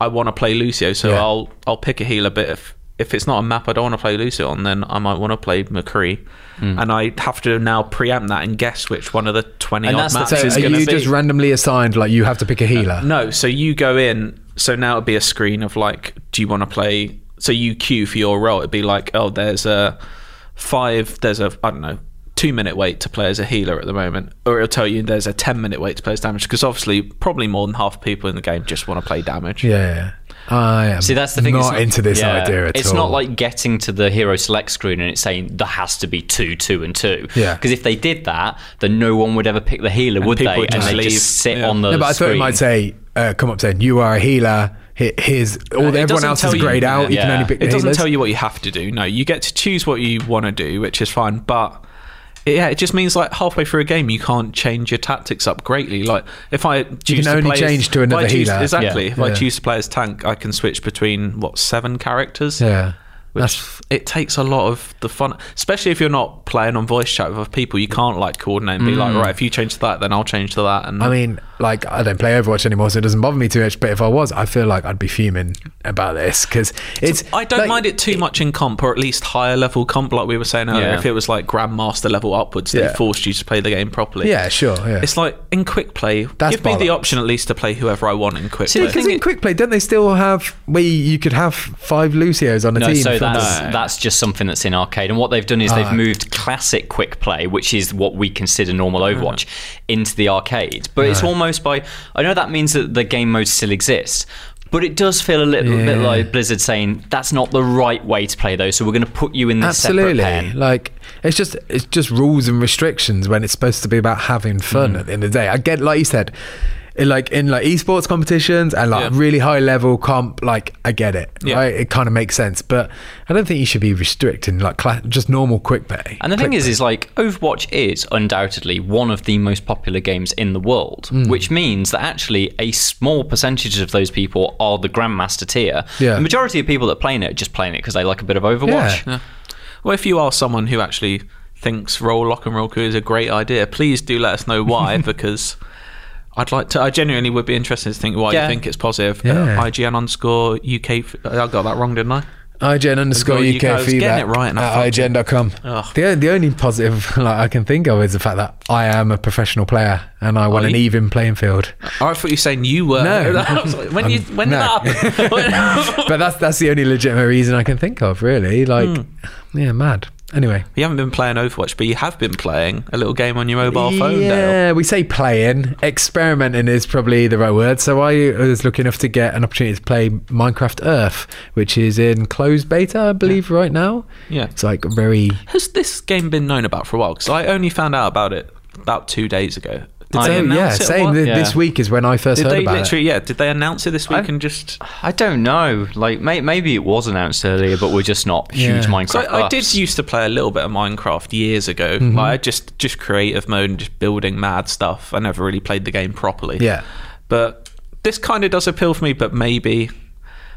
I want to play Lucio, so
Yeah.
I'll I'll pick a healer. But if if it's not a map I don't want to play Lucio on, then I might want to play McCree,
Mm.
and I have to now preempt that and guess which one of the twenty
And
odd
that's the
maps
thing,
So
is
are
going
you
to be.
just randomly assigned like you have to pick a healer?
No, so you go in. So now it'd be a screen of like, do you want to play? So you queue for your role. It'd be like, oh, there's a five. There's a I don't know, two minute wait to play as a healer at the moment, or it'll tell you there's a ten minute wait to play as damage because obviously probably more than half people in the game just want to play damage.
Yeah, I am.
See, that's the thing. it's
Not, into this
yeah,
idea at
it's
all.
not like getting to the hero select screen and it's saying there has to be two, two, and two.
Yeah.
Because if they did that, then no one would ever pick the healer, would
people
they?
would
and
just
they
leave.
just sit
Yeah.
on the
No, but I thought
screen.
it might say, uh, "Come up saying you are a healer." he- Here's all.
it
everyone
doesn't
else
tell
is
you-
grayed out. You can
yeah.
only pick.
It
the
doesn't
healers.
tell you what you have to do. No, you get to choose what you want to do, which is fine. But yeah, it just means like halfway through a game, you can't change your tactics up greatly. Like if I choose
can
to
only
play
change
as,
to
if I
another
choose-
healer.
Exactly.
Yeah.
If
Yeah.
I choose to play as tank, I can switch between what seven characters.
Yeah,
Which
that's
it takes a lot of the fun, especially if you're not playing on voice chat with other people. You can't like coordinate and be like, right, if you change to that, then I'll change to that. And
Mm. I mean, like, I don't play Overwatch anymore, so it doesn't bother me too much. But if I was, I feel like I'd be fuming about this because it's.
I don't
like,
mind it too much in comp, or at least higher level comp, like we were saying earlier.
Yeah.
If it was like grandmaster level upwards,
Yeah.
they forced you to play the game properly.
Yeah, sure. Yeah.
It's like in quick play,
That's
give me the
bollocks.
option at least to play whoever I want in quick
See,
play.
the
because in quick play, don't they still have where you could have five Lucios on a
No,
team?
so
from
that's
the- Ah.
that's just something that's in arcade. And what they've done is they've moved classic quick play, which is what we consider normal
Ah.
Overwatch, into the arcade. But it's almost by I know that means that the game mode still exists. But it does feel a little bit
Yeah.
like Blizzard saying that's not the right way to play those, so we're going to put you in this
absolutely
separate pen.
like it's just
Mm.
it's just rules and restrictions when it's supposed to be about having fun at the end of the day i get like you said in, like in like esports competitions and like
Yeah.
really high level comp. Like I get it,
Yeah.
right? It kind of makes sense, but I don't think you should be restricting like cla just normal quick pay.
And the thing is, is like Overwatch is undoubtedly one of the most popular games in the world, which means that actually a small percentage of those people are the Grandmaster tier.
Yeah.
The majority of people that are playing it are just playing it because they like a bit of Overwatch.
Yeah.
Well, if you are someone who actually thinks roll lock and roll coup is a great idea, please do let us know why because I'd like to. I genuinely would be interested to think why
Yeah.
you think it's positive.
Yeah.
Uh, IGN underscore UK. f- I got that wrong, didn't I?
IGN underscore
Well, you
UK
guys getting
feedback
it right and I
at
fucked it.
IGN.com.
Ugh.
The, the only positive like, I can think of is the fact that I am a professional player and I want
Are
an
you?
even playing field.
Oh, I thought you were saying you were.
No.
I was like, when you,
I'm-
when
no.
did that happen? When-
But that's that's the only legitimate reason I can think of, really. Like,
Hmm.
yeah, mad. Anyway.
you haven't been playing Overwatch, but you have been playing a little game on your mobile phone, Dale.
yeah, we say playing. Experimenting is probably the right word. So I was lucky enough to get an opportunity to play Minecraft Earth, which is in closed beta, I believe, right now.
Yeah.
It's like very.
Has this game been known about for a while? Because I only found out about it about two days ago. Did
I
So,
they announce
yeah,
it or
same.
what?
Th-
Yeah.
This week is when I first
Did
heard
they
about it.
literally? Yeah. Did they announce it this week
I-
and just?
I don't know. Like, may, maybe it was announced earlier, but we're just not huge
Yeah.
Minecraft.
So I, I
buffs.
did used to play a little bit of Minecraft years ago.
Mm-hmm.
Like I just just creative mode and just building mad stuff. I never really played the game properly.
Yeah.
But this kind of does appeal for me, but maybe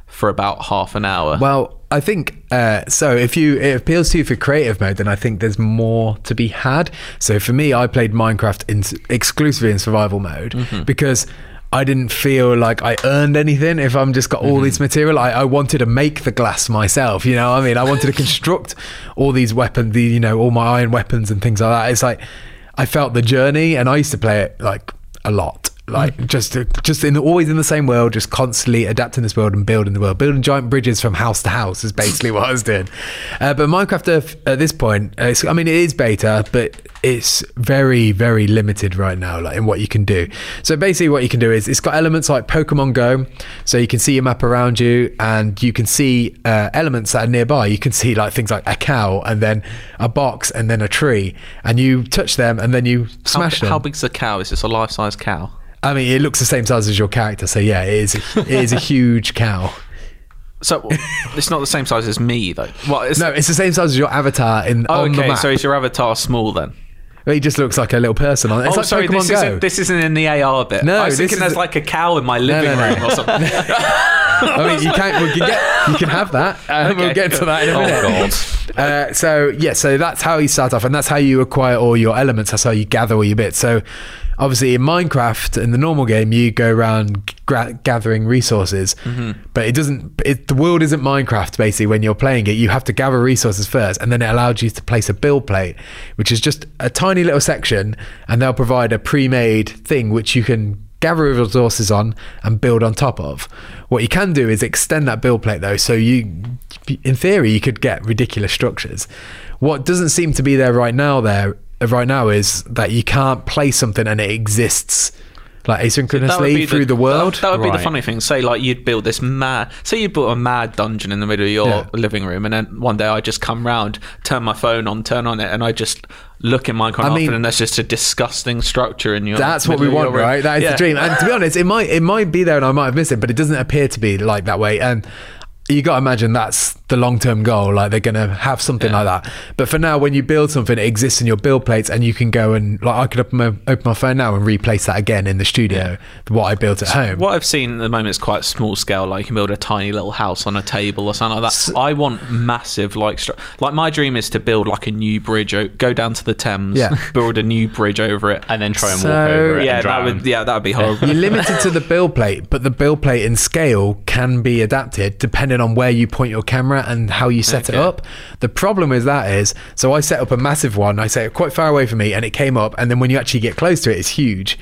for about half an hour.
Well, I think uh, so. If you it appeals to you for creative mode, then I think there's more to be had. So for me, I played Minecraft in, exclusively in survival mode because. I didn't feel like I earned anything if I'm just got all this material. I, I wanted to make the glass myself, you know. what I mean, I wanted to construct all these weapons, the, you know, all my iron weapons and things like that. It's like I felt the journey, and I used to play it like a lot.
Mm-hmm.
Like just just in always in the same world, just constantly adapting this world and building the world, building giant bridges from house to house is basically what I was doing. Uh, but Minecraft Earth at this point, uh, it's, I mean, it is beta, but it's very very limited right now, like in what you can do. So basically, what you can do is it's got elements like Pokemon Go, so you can see a map around you, and you can see uh, elements that are nearby. You can see like things like a cow, and then a box, and then a tree, and you touch them, and then you
how,
smash them.
how big's the cow? Is this a life size cow?
I mean, it looks the same size as your character, so yeah, it is. It is a huge cow.
So it's not the same size as me though. Well, it's,
No, it's the same size as your avatar in
Oh,
on the
okay,
map.
so is your avatar small then?
he just looks like a little person on.
oh,
It's like
sorry,
Pokemon
this
Go.
isn't, this isn't in the AR bit.
No,
I was
this
thinking
is
there's
the-
like a cow in my living
no, no.
room or something.
I mean, you can we can get you can have that. Um,
Okay,
we'll get to
good.
that in a
Oh,
minute.
God.
Uh, so yeah, so that's how you start off, and that's how you acquire all your elements. That's how you gather all your bits. So obviously, in Minecraft, in the normal game, you go around gra- gathering resources,
Mm-hmm.
but it doesn't. It, the world isn't Minecraft. Basically, when you're playing it, you have to gather resources first, and then it allows you to place a build plate, which is just a tiny little section, and they'll provide a pre-made thing which you can gather resources on and build on top of. What you can do is extend that build plate though, so you, in theory, you could get ridiculous structures. What doesn't seem to be there right now, there uh, right now is that you can't play something and it exists like
That would
asynchronously
be
through the, world.
That, that would be the
Right.
funny thing. Say, like, you'd build this mad. Say you built a mad dungeon in the middle of your
Yeah.
living room, and then one day I just come round, turn my phone on, turn on it, and I just look in my
I
corner,
mean-
and there's just a disgusting structure in your.
That's what we
middle of
want,
your room.
right? That is
Yeah.
the dream. And to be honest, it might it might be there, and I might have missed it, but it doesn't appear to be like that way. And you got to imagine that's the long term goal. Like they're going to have something like that. But for now, when you build something, it exists in your build plates, and you can go and like I could open my, open my phone now and replace that again in the studio. What I built at home.
What I've seen at the moment is quite small scale. Like you can build a tiny little house on a table or something like that. I want massive, like, stru- like my dream is to build like a new bridge. O- go down to the Thames,
Yeah.
build a new bridge over it,
And then try and
So-
walk over it
yeah,
and
that
drown.
would yeah, that would be horrible.
You're limited to the build plate, but the build plate in scale can be adapted depending on where you point your camera and how you set it
Okay.
up. The problem with that is, so I set up a massive one, I set it quite far away from me, and it came up, and then when you actually get close to it, it's huge.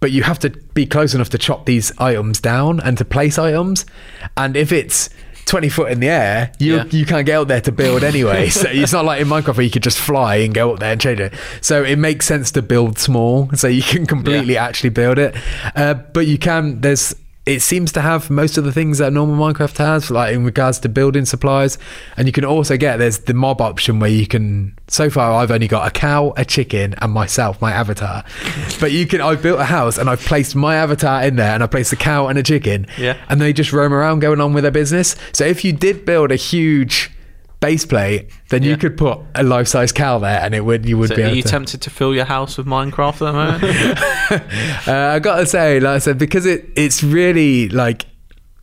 But you have to be close enough to chop these items down and to place items. And if it's 20 foot in the air, you,
Yeah.
you can't get out there to build anyway. so it's not like in Minecraft where you could just fly and go up there and change it. So it makes sense to build small so you can completely actually build it. Uh, but you can, there's, it seems to have most of the things that normal Minecraft has, like in regards to building supplies. And you can also get there's the mob option where you can. So far, I've only got a cow, a chicken, and myself, my avatar. But you can. I've built a house and I've placed my avatar in there, and I placed a cow and a chicken.
Yeah.
And they just roam around going on with their business. So if you did build a huge base plate, then you could put a life-size cow there, and it would you would
So
be.
are
able
you
to.
tempted to fill your house with Minecraft at the moment?
Uh, I gotta say, like I said, because it it's really like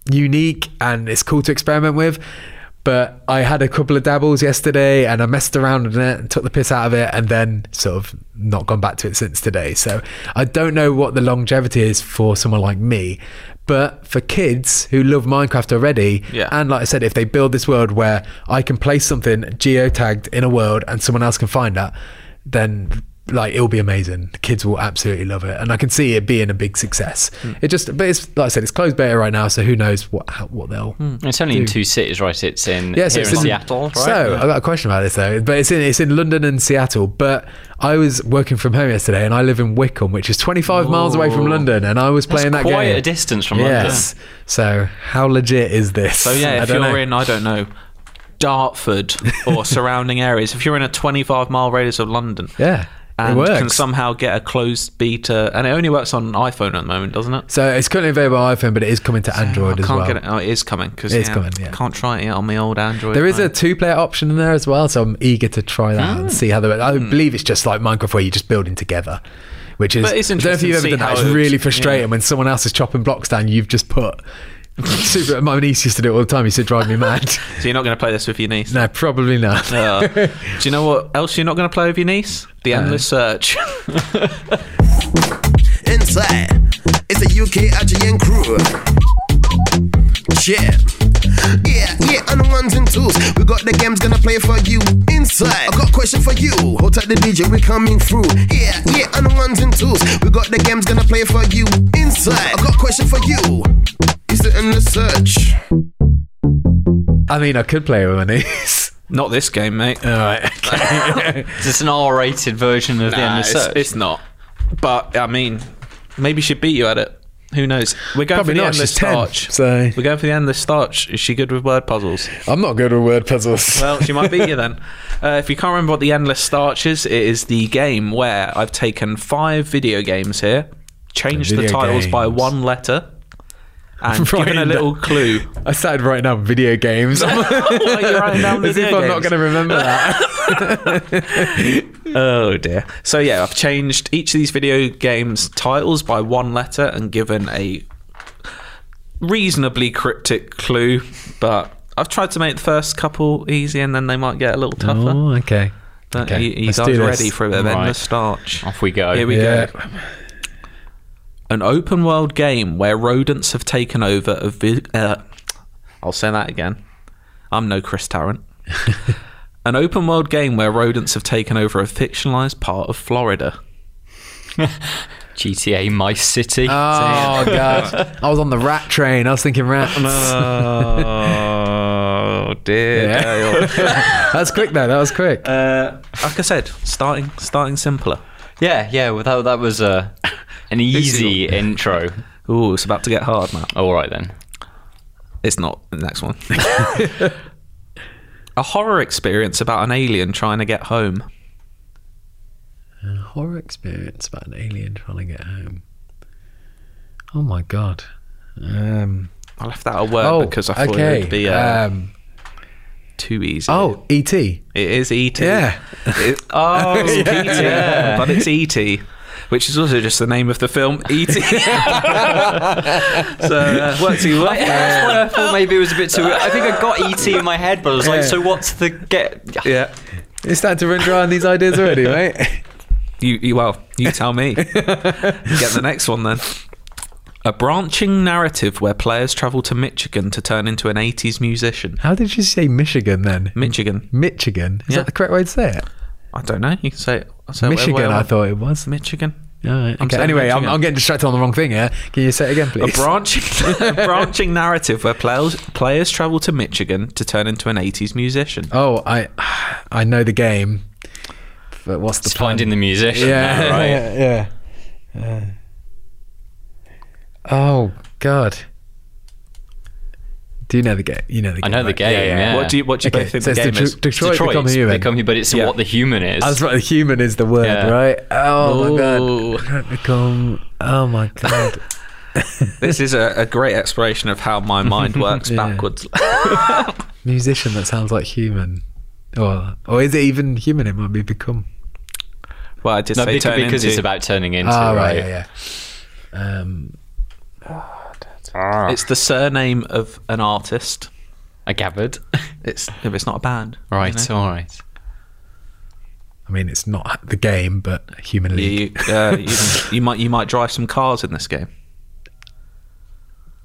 unique and it's cool to experiment with. But I had a couple of dabbles yesterday, and I messed around in it and took the piss out of it, and then sort of not gone back to it since today. So I don't know what the longevity is for someone like me, but for kids who love Minecraft already,
Yeah.
and like I said, if they build this world where I can place something geotagged in a world and someone else can find that, then like it'll be amazing. The kids will absolutely love it, and I can see it being a big success.
Hmm.
It just, but it's like I said, it's closed beta right now, so who knows what how, what they'll.
It's only in two cities, right? It's in
Yeah, so
Hmm. here
it's
in
in-
Seattle, right?
So I got a question about this though, but it's in it's in London and Seattle. But I was working from home yesterday, and I live in Wickham, which is 25 miles away from London, and I was playing that
quite
game.
a distance from
Yes. So how legit is this?
so yeah,
I
if
don't
you're
know.
in, I don't know, Dartford or surrounding areas, if you're in a 25 mile radius of London,
Yeah, it
and can
works.
somehow get a closed beta, and it only works on iPhone at the moment, doesn't it?
So it's currently available on iPhone, but it is coming to Android
I
as
can't
well.
get it. Oh, it is coming because
It is coming, yeah.
I can't try it yet on my old Android.
There is
phone.
a two-player option in there as well, so I'm eager to try that
Ah.
and see how the.
Hmm.
I believe it's just like Minecraft, where you're just building together, which is.
But it's
I don't know if
interesting
you've
to
ever
see
done that.
how it-
It's really frustrating when someone else is chopping blocks down. You've just put. Super. My niece used to do it all the time. He used to drive me mad.
So you're not going to play this with your niece.
no, probably not.
Uh, do you know what else you're not going to play with your niece? The
Uh.
endless search.
Inside, it's a UK IGN crew. Yeah, yeah, yeah, and the ones and twos. We got the games gonna play for you. Inside, I got a question for you. Hold tight, the DJ, we coming through. Yeah, yeah, and the ones and twos. We got the games gonna play for you. Inside, I got a question for you. Is it in the search?
I mean, I could play with my niece.
not this game, mate.
all right. Okay.
London. It's an R-rated version of the
Nah,
end of
it's,
search.
it's not. But I mean, maybe she'd beat you at it. Who knows? We're going
Probably
for the
not,
endless
she's 10,
starch.
so-
We're going for the endless starch. Is she good with word puzzles?
I'm not good with word puzzles.
Well, she might beat you then. Uh, if you can't remember what the endless starch is, it is the game where I've taken five video games here, changed the
Video
titles by
games.
one letter, and
Right,
given a
no.
little clue.
I started writing down video games.
Like you're writing down
As if
video
I'm not
games.
going to remember that.
Oh dear. So yeah, I've changed each of these video games titles by one letter and given a reasonably cryptic clue, but I've tried to make the first couple easy and then they might get a little tougher.
oh, okay.
But
okay.
he- he's
Let's do this.
ready for a bit of
Right.
endless starch.
Off we go.
Here we
Yeah.
go. An open world game where rodents have taken over a. Vi- uh, I'll say that again. I'm no Chris Tarrant. An open world game where rodents have taken over a fictionalized part of Florida.
GTA My City.
Oh god! I was on the rat train. I was thinking rats.
Oh dear.
that was quick though. That was
Like
quick.
I said, starting starting simpler.
yeah, yeah. Well, that, that was uh, an easy intro.
Ooh, it's about to get hard now.
All right then.
It's not the next one. a horror experience about an alien trying to get home.
Horror experience about an alien trying to get home. Oh my god. Um,
I left out a word
oh,
because I thought
okay.
it would be uh,
um,
too easy.
oh, ET.
it is ET.
Yeah.
It- oh, it's ET. But it's ET, which is also just the name of the film ET. so uh, worked you well.
That's what I thought maybe it was a bit too. I think I got ET in my head, but I was like,
Yeah.
so what's the get?
Yeah.
It's starting to run dry on these ideas already, mate.
You, you well, you tell me. Get the next one then. A branching narrative where players travel to Michigan to turn into an 80s musician.
How did you say Michigan then?
Michigan.
Michigan. Is
Yeah.
that the correct way to say it?
I don't know. You can say it. I'll say it
Michigan.
whatever
I
want.
thought it was.
Michigan.
All right, okay.
saying
Anyway, I'm,
Michigan.
I'm getting distracted on the wrong thing here. Can you say it again,
A
please?
branching, a branching narrative where players, players travel to Michigan to turn into an 80s musician.
Oh, I I know the game. But what's the
It's
plan?
finding the musician.
yeah,
now, right.
yeah, yeah. Uh, oh God. Do you know the game? You know the game.
I know the
right?
game. Yeah,
What do you what do you
Okay,
both think
so
the
it's
game
Detro-
is?
Detroit,
Detroit,
Become Human.
Become Human, but it's
Yeah.
what the human is.
I was right. Human is the word,
Yeah.
right? Oh
Ooh.
my god. Detroit Become. Oh my god.
This is a, a great exploration of how my mind works
Yeah.
backwards.
Musician that sounds like human. Or or is it even human? It might be become.
well, I did
no,
say
because
turn
because
into.
it's about turning into.
Ah, right.
right.
Yeah, yeah. Um,
Ah.
It's the surname of an artist.
I gathered.
It's if it's not a band,
right.
You know?
All right.
I mean, it's not the game, but Human
You,
League.
you, uh, you, can- you might you might drive some cars in this game.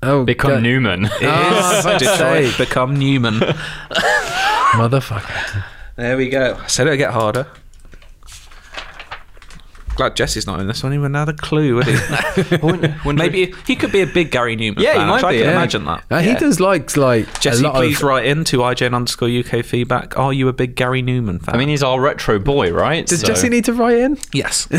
Oh,
Become
God.
Newman.
Oh, for fuck's
Detroit
sake.
become Newman.
motherfucker.
There we go. I said it'd get harder. Glad Jesse's not in this one. He wouldn't have a clue, would he? Maybe he could be a big Gary Newman.
Yeah, he
fan,
might
actually.
be,
I can
yeah.
imagine that.
Uh, He does like like
Jesse,
a lot
please
of,
write in to IGN underscore UK feedback. Are you a big Gary Newman fan?
I mean, he's our retro boy, right?
Does
So-
Jesse need to write in?
yes.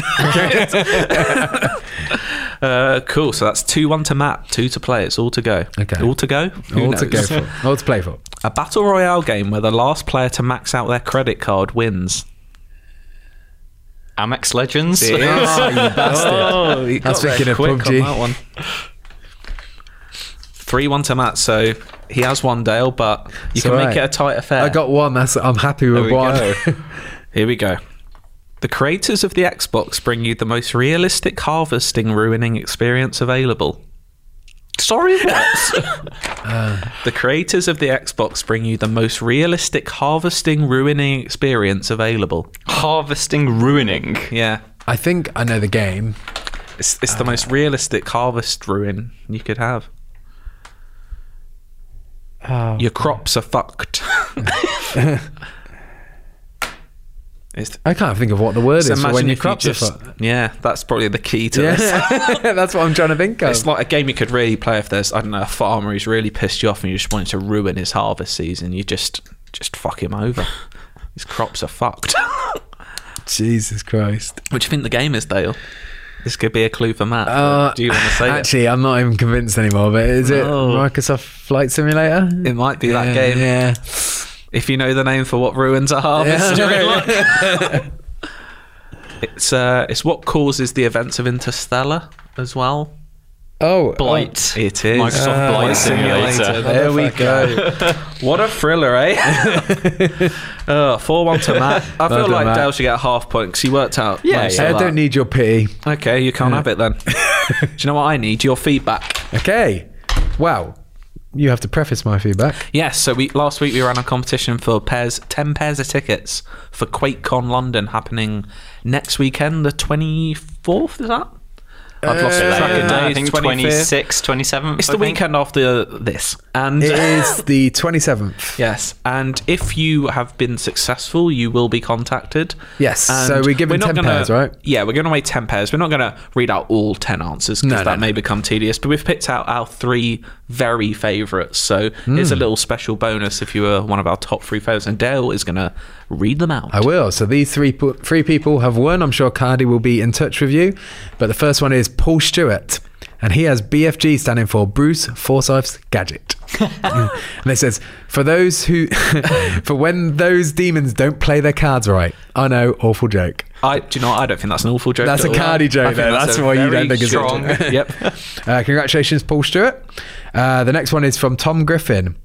uh, cool. So that's 2 1 to Matt, 2 to play. It's all to go.
Okay.
All to go? Who
All to go
knows?
for. All to play for.
A battle royale game where the last player to max out their credit card wins.
Amex Legends?
Oh, you bastard.
Oh, you
was thinking of PUBG.
one. Three one to Matt, so he has one Dale, but you
It's
can
alright.
make it a tight affair.
I got one. That's I'm happy
There
with
we
one.
go.
Here we go. The creators of the Xbox bring you the most realistic harvesting ruining experience available.
Sorry, what?
The creators of the Xbox bring you the most realistic harvesting ruining experience available.
Harvesting ruining.
Yeah.
I think I know the game.
It's, it's the most realistic harvest ruin you could have. Your crops are fucked. it's,
I can't think of what the word
so
is for
imagine
when your
if you
crops
just-
are fucked.
Yeah, that's probably the key to this.
Yeah, that's what I'm trying to think of.
It's like a game you could really play if there's I don't know a farmer who's really pissed you off and you just wanted to ruin his harvest season. You just just fuck him over. His crops are fucked.
Jesus Christ.
What do you think the game is, Dale? This could be a clue for Matt. do you want to say it?
Uh, Actually, I'm not even convinced anymore. But is it
No.
Microsoft Flight Simulator?
It might be
yeah,
that game.
Yeah.
If you know the name for what ruins a harvest,
Yeah.
you're in luck. it's uh, it's what causes the events of Interstellar as well.
Oh,
Blight.
It is
Microsoft Blight Simulator.
There we go. what a thriller, eh? uh, Four one to Matt. I feel
done,
like
Matt.
Dale should get a half point because he worked out.
Yeah,
most
oh,
of
I
that.
don't need your pity.
Okay, you can't have it then. Do you know what I need? Your feedback.
Okay. Wow. You have to preface my feedback.
Yes, so we last week we ran a competition for pairs, ten pairs of tickets for QuakeCon London happening next weekend, the twenty fourth. Is that? I've lost
Uh,
track of days.
I think
25th.
26, 27.
It's the weekend after this, and
It is the 27th.
yes, and if you have been successful, you will be contacted.
Yes,
And
so we're giving
not
10
gonna-
pairs, right?
Yeah, we're going to weigh ten pairs. We're not going to read out all ten answers because
No, no,
that may
no.
become tedious. But we've picked out our three very favourites. So here's
Hmm.
a little special bonus if you were one of our top three favourites, and Dale is going to read them out.
I will. So these three po- three people have won. I'm sure Cardi will be in touch with you. But the first one is Paul Stewart, and he has BFG standing for Bruce Forsyth's gadget. and it says for those who, for when those demons don't play their cards right. I know, awful joke.
I do you know. what? I don't think that's an awful joke.
That's
at
a
all.
Cardi joke
I think
there. That's
a
why you don't
very
think it's a joke.
strong. yep.
Uh, congratulations, Paul Stewart. Uh, the next one is from Tom Griffin.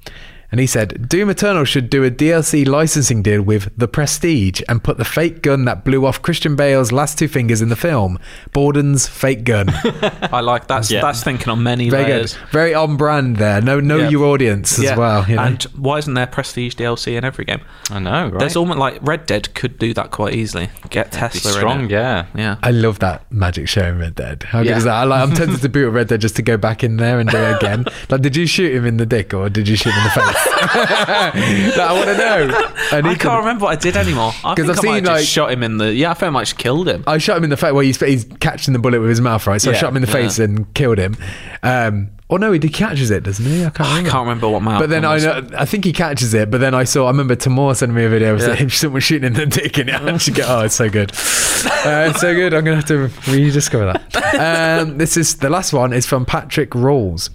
And he said, Doom Eternal should do a DLC licensing deal with The Prestige and put the fake gun that blew off Christian Bale's last two fingers in the film, Borden's fake gun.
I like that's
Yeah.
that's thinking on many
Very
layers.
good. Very on brand there. No, know
Yeah.
your audience as well. you know.
And why isn't there prestige DLC in every game?
I know, right?
There's almost like Red Dead could do that quite easily. Get
Be
Tesla in
strong,
it.
yeah.
Yeah.
I love that magic show in Red Dead. How good
Yeah.
is that? I like, I'm tempted to boot up Red Dead just to go back in there and do it again. like, did you shoot him in the dick or did you shoot him in the face? Like, I want to know. I,
I
need to-
can't remember what I did anymore. I
'Cause
think
I've
I might have
seen,
just
like- Oh,
shot him in the. Yeah, I think I might have just killed him.
I shot him in the face. Well, he's, he's catching the bullet with his mouth, right? So I
Yeah,
shot him in the face
yeah.
and killed him. Um, oh no, he catches it, doesn't he? I can't.
I
remember.
can't remember what my.
But then
outcome
I
was.
know, I think he catches it. But then I saw. I remember Tamor sending me a video of
Yeah.
him someone shooting in the dick, and it actually get. Oh, it's so good. Uh, it's so good. I'm gonna have to rediscover that. Um, this is the last one. Is from Patrick Rawls.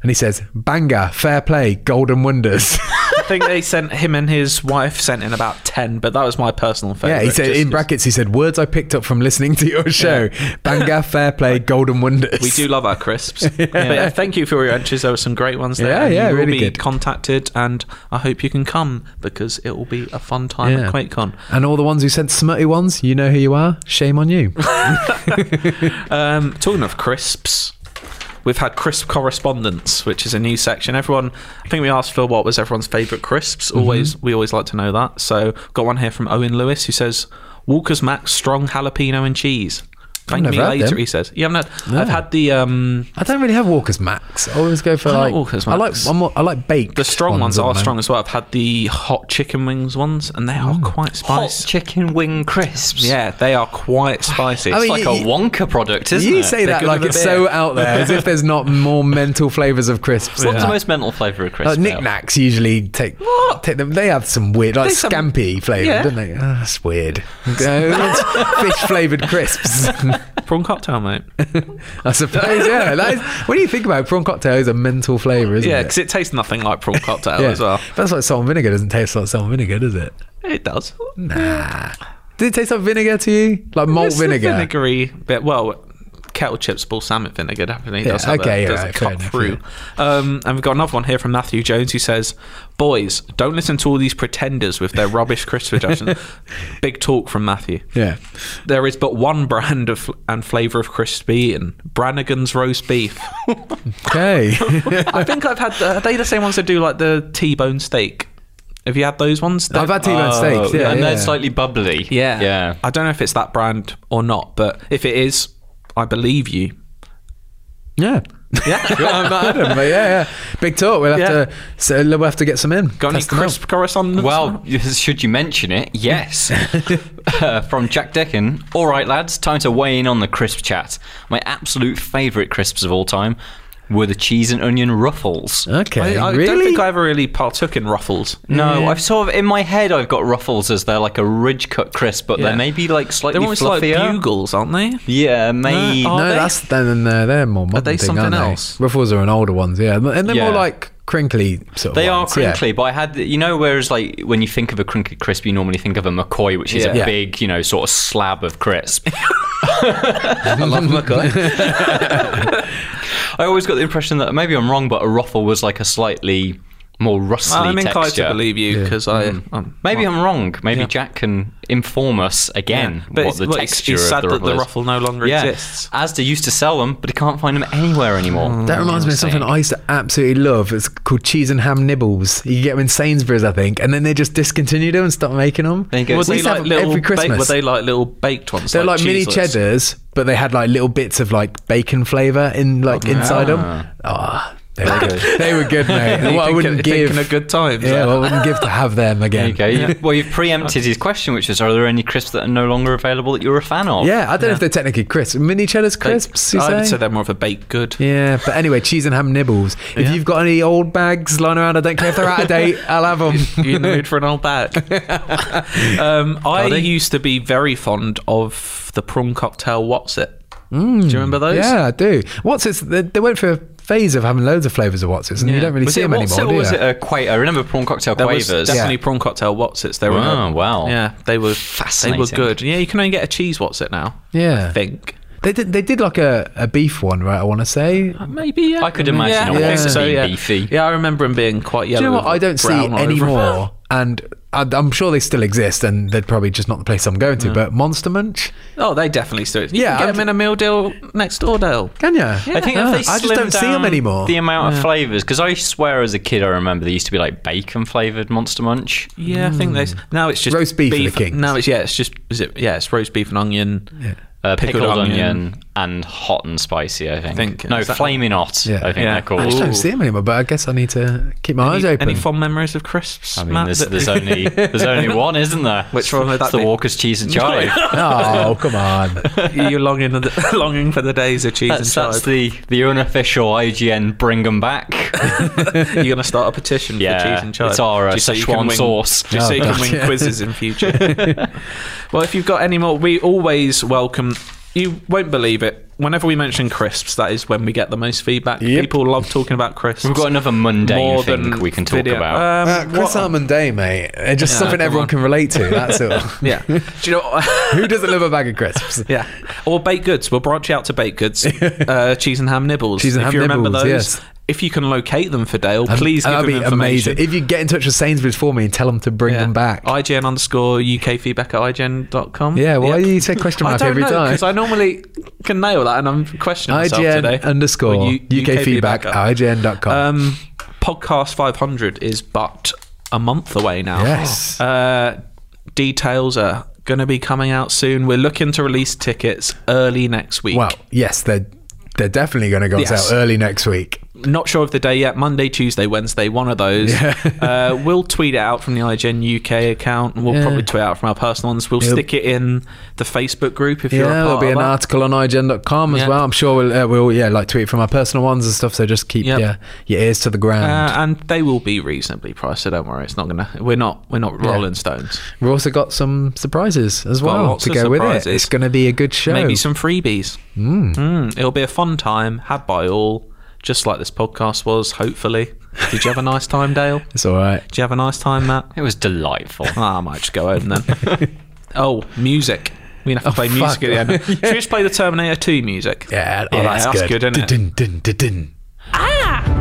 And he says, "Banger, fair play, golden wonders."
I think they sent him and his wife sent in about ten, but that was my personal favorite.
yeah, he said
Just-
in brackets. He said, "Words I picked up from listening to your show: banger, fair play, golden wonders."
We do love our crisps. But yeah, thank you for your entries. There were some great ones there.
Yeah,
and
yeah,
you will
really
be
good.
contacted, and I hope you can come because it will be a fun time
Yeah.
at QuakeCon.
And all the ones who sent smutty ones, you know who you are. Shame on you.
Um, talking of crisps, we've had crisp correspondence, which is a new section. Everyone, I think we asked for what was everyone's favourite crisps.
Mm-hmm.
Always, we always like to know that. So, got one here from Owen Lewis who says Walker's Max strong jalapeno and cheese. Thank
never
me
had
later,
them.
he says. You haven't had? I've had the um,
I don't really have Walker's Max. I always go for
I
like
like Walker's
I like
Max.
one more. I like baked.
the strong ones,
at
are
the
strong
moment.
as well. I've had the hot chicken wings ones, and they are
Mm.
quite
Hot
spicy.
chicken wing crisps.
yeah, they are quite spicy.
I
It's
mean,
like
you-
a
you-
Wonka product, isn't
You
it?
say
They're
that
good
like
with a
it's
beer.
so out there, as if there's not more mental flavors of crisps.
What's
than
the
that.
most mental flavour of crisps?
Like
Mel?
knickknacks usually take take them. They have some weird, like
They some-
scampy flavour,
Yeah.
don't they? Ah, that's weird. Fish flavoured crisps,
prawn cocktail, mate.
I suppose. Yeah, that is, when you think about it, prawn cocktail, is a mental flavour, isn't
Yeah,
it?
because it tastes nothing like prawn cocktail as well.
That's why salt and vinegar doesn't taste like salt and vinegar, does it?
It does.
Nah. Did it taste like vinegar to you? Like malt
It's the
vinegar?
vinegary bit. Well, kettle chips, balsamic vinegar definitely
Yeah,
does have
okay,
a, does
alright, fair
cut
enough,
through. Um, and we've got another one here from Matthew Jones who says, "Boys, don't listen to all these pretenders with their rubbish crisp suggestions." Big talk from Matthew.
Yeah.
There is but one brand of and flavour of crisp eaten: Brannigan's roast beef.
Okay.
I think I've had. Are they the same ones that do like the T-bone steak? Have you had those ones?
I've had
Oh,
T-bone steaks. Yeah,
Oh, and
yeah.
they're slightly bubbly.
Yeah.
Yeah.
I don't know if it's that brand or not, but if it is, I believe you.
yeah.
Yeah.
I'm not Adam, but yeah, yeah. Big talk. We'll have
Yeah.
to. So we'll have to get some in.
Got any
Test them out.
crisp correspondence?
Well, should you mention it? Yes. Uh, from Jack Deacon. All right, lads, time to weigh in on the crisp chat. My absolute favourite crisps of all time were the cheese and onion ruffles.
Okay.
I, I
really?
don't think I ever really partook in ruffles.
No, I've sort of in my head I've got ruffles as they're like a ridge cut crisp, but
Yeah.
they're maybe like
They're
slightly
almost like
fluffier.
bugles, aren't they?
Yeah, maybe.
No, oh,
no,
Are they-
that's then uh, they're more modern.
they
thing,
something
aren't they?
else?
Ruffles are an older ones, yeah, and they're more
Yeah.
like crinkly sort of.
They
ones,
are
yeah.
crinkly, but I had the- you know whereas like when you think of a crinkly crisp, you normally think of a McCoy, which is
Yeah.
a
Yeah.
big you know sort of slab of crisp.
I love McCoy.
I always got the impression that maybe I'm wrong, but a ruffle was like a slightly more rustly
I'm inclined
texture.
to believe you because I.
Mm.
I'm,
Maybe I'm wrong. Maybe
Yeah.
Jack can inform us again
But
what
it's,
the
well, it's,
texture
it's
of
sad
the
that
ruffle
the
is.
ruffle no longer
yeah.
exists.
Asda used to sell them, but he can't find them anywhere anymore.
Mm,
That reminds me of something I used to absolutely love. It's called cheese and ham nibbles. You get them in Sainsbury's, I think, and then they just discontinued them and stopped making them.
There you go.
Were
We
they
used to
like
have 'em
little
every
ba- were
Christmas.
they like little baked ones?
They're like, mini
cheeselets?
cheddars, but they had like little bits of like bacon flavour in like
Oh,
inside them. Ah, they were good. they were good, mate. And
You
what I
think-
wouldn't
thinking
give.
of good times.
yeah, what I wouldn't give to have them again.
Okay. you- Well, you've preempted his question, which is: Are there any crisps that are no longer available that you're a fan of?
Yeah, I don't know if they're technically crisps. Mini cheddars crisps, you
I would
say?
say they're more of a baked good.
Yeah, but anyway, cheese and ham nibbles. If you've got any old bags lying around, I don't care if they're out of date, I'll have them.
you in the mood for an old bag? um, I used to be very fond of the prawn cocktail. What's it? Do you remember those?
Mm. Yeah, I do. What's it? They, they went through a phase of having loads of flavours of Watsits, and you
Yeah.
don't really
Was
see
it
them
what's
anymore,
it,
do you?
or was it a quaver? I remember prawn cocktail
There was
quavers.
definitely prawn cocktail Watsits. They were
Oh, wow.
Yeah, they were
Fascinating.
They were good. Yeah, you can only get a cheese Watsit now.
Yeah.
I think
They did. They did like a, a beef one, right? I want to say.
maybe. Yeah.
I could imagine
yeah,
a
I
Watsit
think
being
yeah.
beefy.
Yeah, I remember them being quite yellow.
Do you know what?
with
I don't see
brown all over
any
'em.
more, and I, I'm sure they still exist, and they're probably just not the place I'm going to. But Monster Munch,
Oh, they definitely still. You
Yeah,
yeah, can get
I'm-
them in a meal deal next door deal.
can you?
I think if they
I just
slimmed
don't see them
down
anymore.
The amount of flavors, because I swear as a kid, I remember they used to be like bacon flavored Monster Munch.
Yeah, I think they. Now it's just
Mm. Roast beef are the kings.
Now it's yeah, it's just is it yeah, it's roast beef and onion.
Uh, pickled,
Pickled
onion.
onion.
and hot and spicy. I think.
think,
no,
is that-
flaming hot.
Yeah.
I think
Yeah.
they're called.
I just don't see them anymore. But I guess I need to keep my eyes
Any,
open.
any fond memories of crisps?
I mean,
Matt,
there's,
that-
there's only there's only one, isn't there?
Which one would
It's
that
the
be?
Walker's cheese and chive.
oh come on!
you're longing for the, longing for the days of cheese
That's,
and
that's
chives.
the the unofficial IGN bring 'em back.
you're going to start a petition
Yeah,
for cheese and chives.
it's our, uh,
Just so you can
Szechuan
win-
sauce.
Just so you
Oh,
can win
God.
quizzes in future. well, if you've got any more, we always welcome. You won't believe it. whenever we mention crisps, that is when we get the most feedback.
Yep.
People love talking about crisps.
We've got another mundane
more
thing
than
we can talk
video- Um,
about.
Uh, Chris
what-
Harmon Day, mate. Uh, Just
Yeah,
something
come
everyone
on.
can relate to. That's all.
yeah. Do you know? What?
Who doesn't love a bag of crisps?
Yeah, or baked goods. We'll branch out to baked goods, uh, cheese and ham nibbles.
Cheese and
if
ham
you remember
nibbles,
those,
yes.
if you can locate them for Dale, please give
that'd
him
be
information.
amazing. If you get in touch with Sainsbury's for me and tell them to bring
Yeah.
them back.
IGN underscore UK feedback at IGN.com.
Yeah, why do you say question mark
I don't
every
know,
time?
Because I normally can nail that and I'm questioning myself
IGN
today.
underscore
Or
UK feedback at IGN.com.
Um, podcast 500 is but a month away now.
Yes.
Uh, details are going to be coming out soon. We're looking to release tickets early next week.
well, yes, they're they're definitely going to go
Yes.
out early next week.
not sure of the day yet. Monday, Tuesday, Wednesday, one of those. uh, we'll tweet it out from the IGN UK account, and we'll probably tweet out from our personal ones. We'll
It'll-
stick it in the Facebook group if you're a
Yeah,
part
there'll be
of
an
that.
article on IGN.com as
Yeah.
well. I'm sure we'll, uh, we'll yeah like tweet from our personal ones and stuff. So just keep
Yep.
yeah, your ears to the ground.
Uh, and they will be reasonably priced, so don't worry. It's not gonna. We're not. We're not Rolling Stones.
We've also got some surprises as
Got
well
lots
to
of
go with it.
surprises.
It's going to be a good show.
Maybe some freebies.
Hmm.
Mm, it'll be a fun time had by all, just like this podcast was. Hopefully, did you have a nice time, Dale?
It's all right.
Did you have a nice time, Matt?
It was delightful.
Ah, I might just go home then. oh, music. We
Oh,
have to play music at the end. Should we just play the Terminator 2 music?
Yeah, oh,
Yeah,
that's,
that's
good.
good, isn't it?
Dun, dun, dun, dun, dun.
Ah!